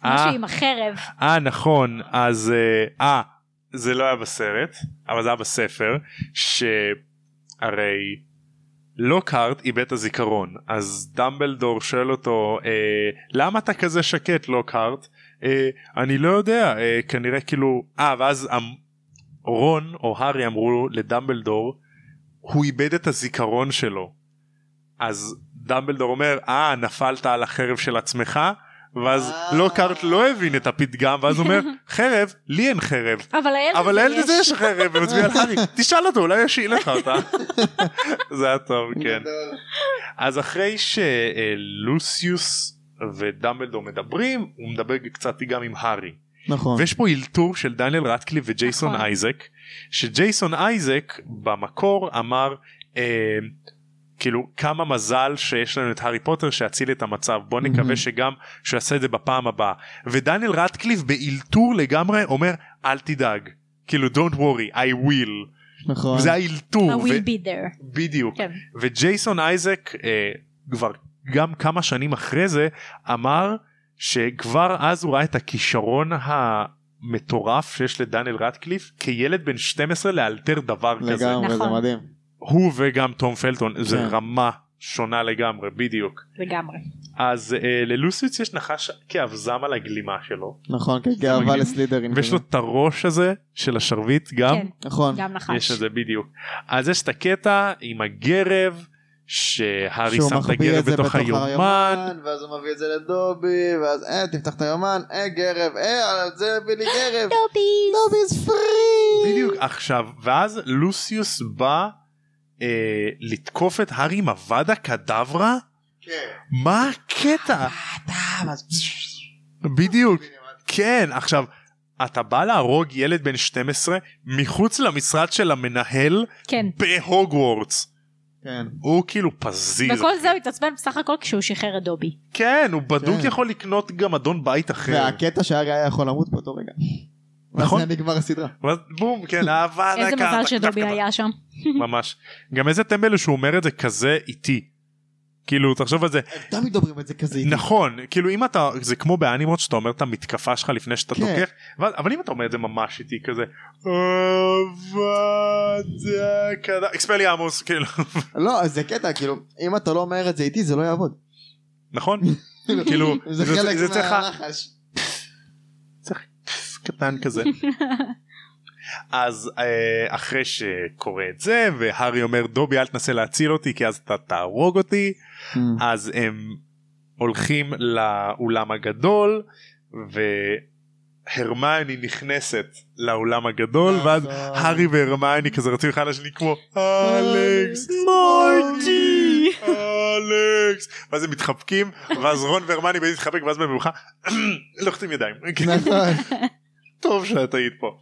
S1: אה.
S3: משהו עם החרב,
S1: אה נכון אז אה, אה זה לא היה בסרט אבל זה היה בספר שהרי לוקהרט איבד את הזיכרון אז דמבלדור שואל אותו אה, למה אתה כזה שקט לוקהרט אה, אני לא יודע אה, כנראה כאילו אה ואז אמ- רון או הארי אמרו לדמבלדור הוא איבד את הזיכרון שלו אז דמבלדור אומר אה נפלת על החרב של עצמך ואז
S2: אה.
S1: לוקהרט לא הבין את הפתגם ואז הוא אומר חרב לי אין חרב
S3: אבל הילד
S1: אבל לילד הזה
S3: יש.
S1: יש חרב ומצביע על הארי תשאל אותו אולי הוא ישאיל לך אותה זה היה טוב כן
S2: גדול.
S1: אז אחרי שלוסיוס ודמבלדור מדברים הוא מדבר קצת גם עם הארי
S2: נכון.
S1: ויש פה אלתור של דניאל רטקליף וג'ייסון
S3: נכון.
S1: אייזק שג'ייסון אייזק במקור אמר אה, כאילו כמה מזל שיש לנו את הארי פוטר שהציל את המצב בוא נקווה
S2: מהמם.
S1: שגם שהוא יעשה את זה בפעם הבאה ודניאל רטקליף באלתור לגמרי אומר אל תדאג כאילו don't worry I will
S2: נכון.
S1: וזה האלתור
S3: I
S1: ו-
S3: will be there,
S1: בדיוק
S3: כן.
S1: וג'ייסון אייזק אה, כבר גם כמה שנים אחרי זה אמר שכבר אז הוא ראה את הכישרון המטורף שיש לדניאל רטקליף כילד בן 12 לאלתר דבר כזה
S2: לגמרי, זה
S3: נכון.
S2: מדהים.
S1: הוא וגם תום פלטון זה
S2: כן.
S1: רמה שונה לגמרי בדיוק
S3: לגמרי.
S1: אז אה, ללוסיוס יש נחש כאבזם על הגלימה שלו
S2: נכון, כן, גאווה
S1: מגניב.
S2: לסלידרין.
S1: ויש לו
S2: כזה.
S1: את הראש הזה של השרביט גם
S3: כן,
S2: נכון.
S3: גם נחש.
S1: יש את זה בדיוק אז יש את הקטע עם הגרב שהארי
S2: שהוא
S1: שם את
S2: מחביא
S1: הגרב
S2: את זה
S1: בתוך היומן
S2: ואז הוא מביא את זה לדובי, ואז אה, תפתח את היומן, אה, גרב, אה, על זה בילי גרב.
S3: דוביז.
S2: דובי's free!
S1: בדיוק עכשיו ואז לוסיוס בא אה, לתקוף את הארי עם הוואדה קדברה
S2: כן.
S1: מה הקטע
S2: אה, ואז-
S1: בדיוק כן עכשיו אתה בא להרוג ילד בן 12 מחוץ למשרד של המנהל
S3: כן.
S1: בהוגוורטס
S2: כן.
S1: הוא כאילו פזיז
S3: וכל זה הוא התעצבן בסך הכל כשהוא שחרר את דובי.
S1: כן הוא בדוק
S2: כן.
S1: יכול לקנות גם אדון בית אחר
S2: והקטע שהארי היה יכול למות באותו רגע.
S1: כן. נכון.
S2: ואז נגמר הסדרה.
S1: ואז בום כן אהבה
S3: איזה
S1: דקה,
S3: מזל
S1: דק,
S3: שדובי
S1: דק, דק.
S3: היה שם.
S1: ממש גם איזה טמבל הוא שהוא אומר את זה כזה איטי כאילו תחשוב על זה
S2: הם תמיד אומרים את זה כזה. איתי.
S1: נכון כאילו אם אתה זה כמו באנימות שאתה אומר את המתקפה שלך לפני שאתה
S2: כן.
S1: תוקף אבל- אבל אם אתה אומר את זה ממש איתי כזה עבדה כדה אקספלי עמוס כאילו
S2: לא, זה קטע, כאילו, אם אתה לא אומר את זה איתי, זה לא יעבוד.
S1: נכון כאילו
S2: זה
S1: זה-
S2: חלק
S1: זה צריך
S2: מהלחש.
S1: קטן כזה. אז אה, אחרי שקורה את זה והארי אומר דובי אל תנסה להציל אותי כי אז אתה תהרוג אותי אז הם הולכים לאולם הגדול והרמיוני נכנסת לאולם הגדול ואז הארי והרמיוני כזה רצים אחד לשני כמו אלכס מורג'י אלכס ואז הם מתחבקים ואז רון והרמיוני באים להתחבק ואז במבוכה לוחצים ידיים
S2: נכון.
S1: טוב שאת היית פה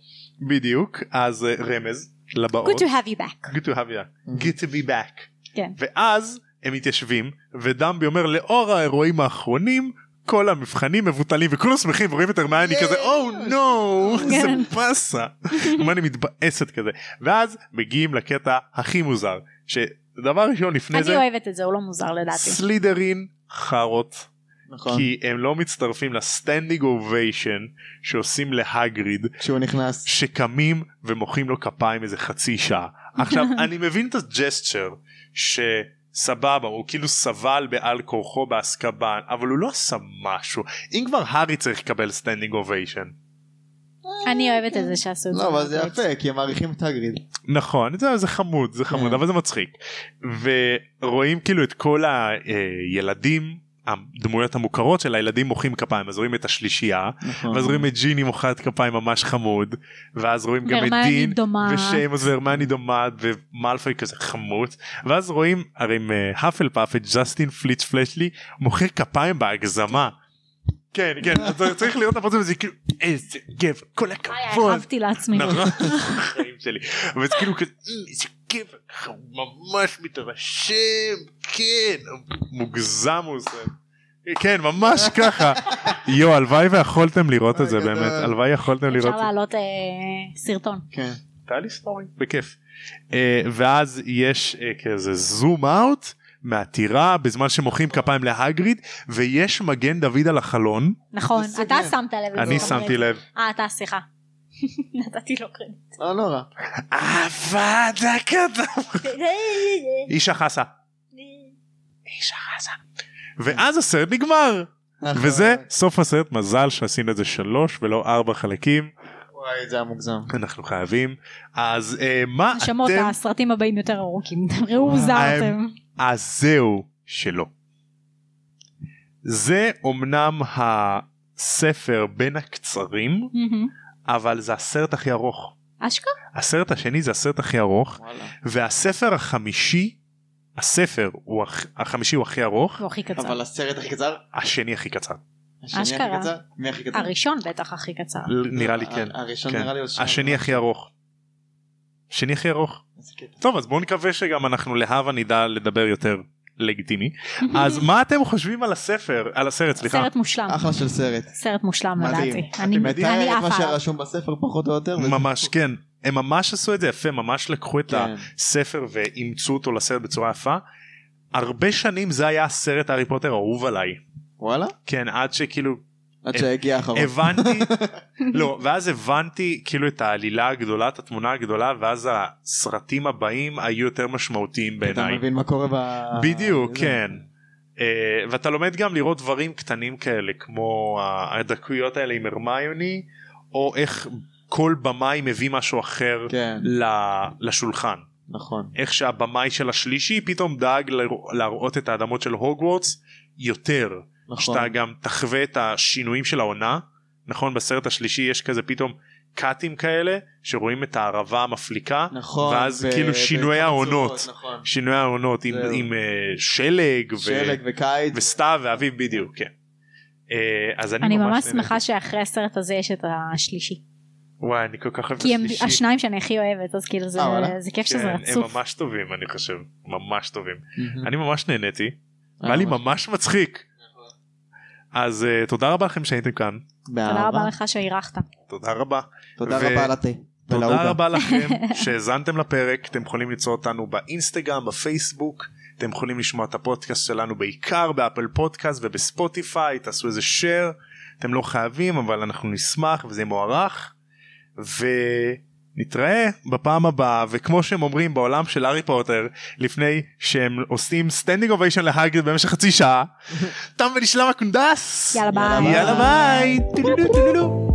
S1: בדיוק אז אה, רמז
S3: Good
S1: לבאות
S3: to have you back.
S1: Good to have you. Good to be back.
S3: כן.
S1: ואז הם מתיישבים, ודמבי אומר לאור האירועים האחרונים, כל המבחנים מבוטלים וכולם שמחים ורואים את הרמיוני
S2: Yeah.
S1: כזה או נו זה
S3: כן.
S1: פסה. אני מתבאסת כזה. ואז מגיעים לקטע הכי מוזר, שדבר ראשון לפני
S3: אני
S1: זה,
S3: אוהבת את זה, הוא לא מוזר לדעתי.
S1: סלידרין חארות,
S2: נכון.
S1: כי הם לא מצטרפים לסטנדינג אוביישן שעושים להגריד,
S2: כשהוא נכנס.
S1: שקמים ומוחאים לו כפיים איזה חצי שעה. עכשיו אני מבין את הג'סטשר שסבבה הוא כאילו סבל בעל כורחו באסקבן אבל הוא לא עשה משהו אם כבר הארי צריך לקבל סטנדינג אוביישן.
S3: אני אוהבת את זה שעשו את זה.
S2: לא, אבל זה
S3: בהגריד.
S2: יפה, כי הם מעריכים את הגריד.
S1: נכון זה, זה חמוד זה חמוד
S2: כן.
S1: אבל זה מצחיק ורואים כאילו את כל הילדים הדמויות המוכרות של הילדים מוחאים כפיים אז רואים את השלישייה
S2: נכון.
S1: ואז רואים את ג'יני מוחאת כפיים ממש חמוד ואז רואים גם את
S3: והרמיוני
S1: דין
S3: דומה.
S1: ושיימוס והרמני דומט ומאלפוי כזה חמוד ואז רואים הרי עם אה, האפל פאף את ג'סטין פליץ' פלשלי מוחא כפיים בהגזמה. כן כן אז צריך לראות את הפרצוף הזה כאילו איזה גבר כל
S3: וואי,
S1: הכבוד.
S3: הרחבתי אה, לעצמי.
S1: נכון, חיים שלי. ואז כאילו כזה "אמ, איזה גבר ככה, הוא ממש מתרשם כן מוגזם הוא עושה. כן ממש ככה יו הלוואי ויכולתם לראות את זה
S2: אוי, גדול.
S1: באמת הלוואי יכולתם לראות את
S3: אפשר
S1: זה.
S3: להעלות אה, סרטון.
S2: כן.
S1: טל היסטורי בכיף אה, ואז יש אה, כזה זום אאוט מהטירה בזמן שמוחאים כפיים להגריד ויש מגן דוד על החלון
S3: נכון,
S2: זה לא
S3: אתה
S2: סגר.
S3: שמת לב לזה.
S1: אני
S3: אתה אומר.
S1: שמתי לב
S3: אה, אתה, סליחה. נתתי לו קרדיט.
S2: לא נורא.
S1: עבד הקדם איש החסה איש החסה ואז הסרט נגמר
S2: נכון.
S1: וזה סוף הסרט מזל שעשינו את זה שלוש ולא ארבע חלקים
S2: וואי, זה היה מוגזם.
S1: אנחנו חייבים אז אה, מה
S3: נשמות,
S1: אתם אוקיי.
S3: הסרטים הבאים יותר ארוכים. ראו, הוזהרתם.
S1: אז זהו שלא. זה אומנם הספר בין הקצרים
S3: מהמם.
S1: אבל זה הסרט הכי ארוך.
S3: אשכרה?
S1: הסרט השני זה הסרט הכי ארוך
S2: וואלה.
S1: והספר החמישי הספר הוא הכ- החמישי הוא הכי ארוך
S3: הוא הכי קצר.
S2: אבל הסרט הכי קצר?
S1: השני הכי קצר
S2: השני הכי
S3: אשכרה.
S2: קצר? מי הכי קצר?
S3: הראשון בטח הכי קצר.
S1: נראה לי כן
S2: ה- הראשון
S1: כן.
S2: נראה לי עוד שעה.
S1: השני הכי ארוך. השני הכי ארוך.
S2: איזה קטע.
S1: טוב אז בואו נקווה שגם אנחנו להבה נדע לדבר יותר לגיטימי אז מה אתם חושבים על הספר על הסרט סליחה
S3: סרט מושלם.
S2: אחלה של סרט.
S3: סרט מושלם
S2: מדהים.
S3: לדעתי. אני-
S2: מתאר
S3: אני
S2: אה, את מה
S3: עפה עליו.
S2: שרשום בספר פחות או יותר. וזה-
S1: ממש לא. כן הם ממש עשו את זה יפה ממש לקחו את
S2: כן.
S1: הספר ואימצו אותו לסרט בצורה יפה. הרבה שנים זה היה הסרט הארי פוטר האהוב עליי
S2: וואלה?
S1: כן עד שכאילו
S2: עד שהגיע האחרון.
S1: הבנתי לא ואז הבנתי כאילו את העלילה הגדולה את התמונה הגדולה ואז הסרטים הבאים היו יותר משמעותיים
S2: אתה
S1: בעיניי.
S2: מבין מה קורה ב...
S1: בדיוק
S2: זה-
S1: כן. אה, ואתה לומד גם לראות דברים קטנים כאלה כמו הדקויות האלה עם הרמיוני או איך כל במאי מביא משהו אחר
S2: כן,
S1: ל- לשולחן.
S2: נכון.
S1: איך שהבמאי של השלישי פתאום דאג לרא- להראות את האדמות של הוגוורטס יותר
S2: נכון.
S1: שאתה גם תחווה את השינויים של העונה נכון בסרט השלישי יש כזה פתאום קאטים כאלה שרואים את הערבה המפליקה
S2: נכון.
S1: ואז
S2: ב-
S1: כאילו
S2: ב-
S1: שינויי
S2: בכל
S1: העונות.
S2: הצורות, נכון.
S1: שינוי העונות עם,
S2: זהו.
S1: עם אה, שלג,
S2: שלג
S1: ו-
S2: וקיץ.
S1: וסתיו ואביב בדיוק כן. אה, אז אני,
S3: אני ממש
S1: ממש
S3: שמחה שאחרי הסרט הזה יש את השלישי.
S1: וואי אני כל כך אוהב את
S3: כי הם
S1: השלישי.
S3: השניים שאני הכי אוהבת אז כאילו זה
S2: אה, וואלה?
S3: זה כיף
S1: כן,
S3: שזה
S1: הם
S3: רצוף.
S1: ממש טובים אני חושב ממש טובים
S2: מהמם.
S1: אני ממש נהניתי היה לי ממש מצחיק.
S2: נכון.
S1: אז אה, תודה רבה לכם שהייתם כאן אה,
S3: תודה
S2: באהבה.
S3: רבה לך שאירחת.
S1: תודה רבה.
S2: תודה
S1: ו-
S2: רבה על התה. ולעוגה.
S1: תודה רבה לכם שהאזנתם לפרק אתם יכולים למצוא אותנו באינסטגרם בפייסבוק אתם יכולים לשמוע את הפודקאסט שלנו בעיקר באפל פודקאסט ובספוטיפיי תעשו איזה share אתם לא חייבים אבל אנחנו נשמח וזה מוערך ונתראה בפעם הבאה וכמו שהם אומרים בעולם של הארי פוטר לפני שהם עושים סטנדינג אוביישן להגד במשך חצי שעה תם ונשלם הקונדס
S3: יאללה ביי.
S1: יאללה ביי. טו-טו-טו-טו-טו.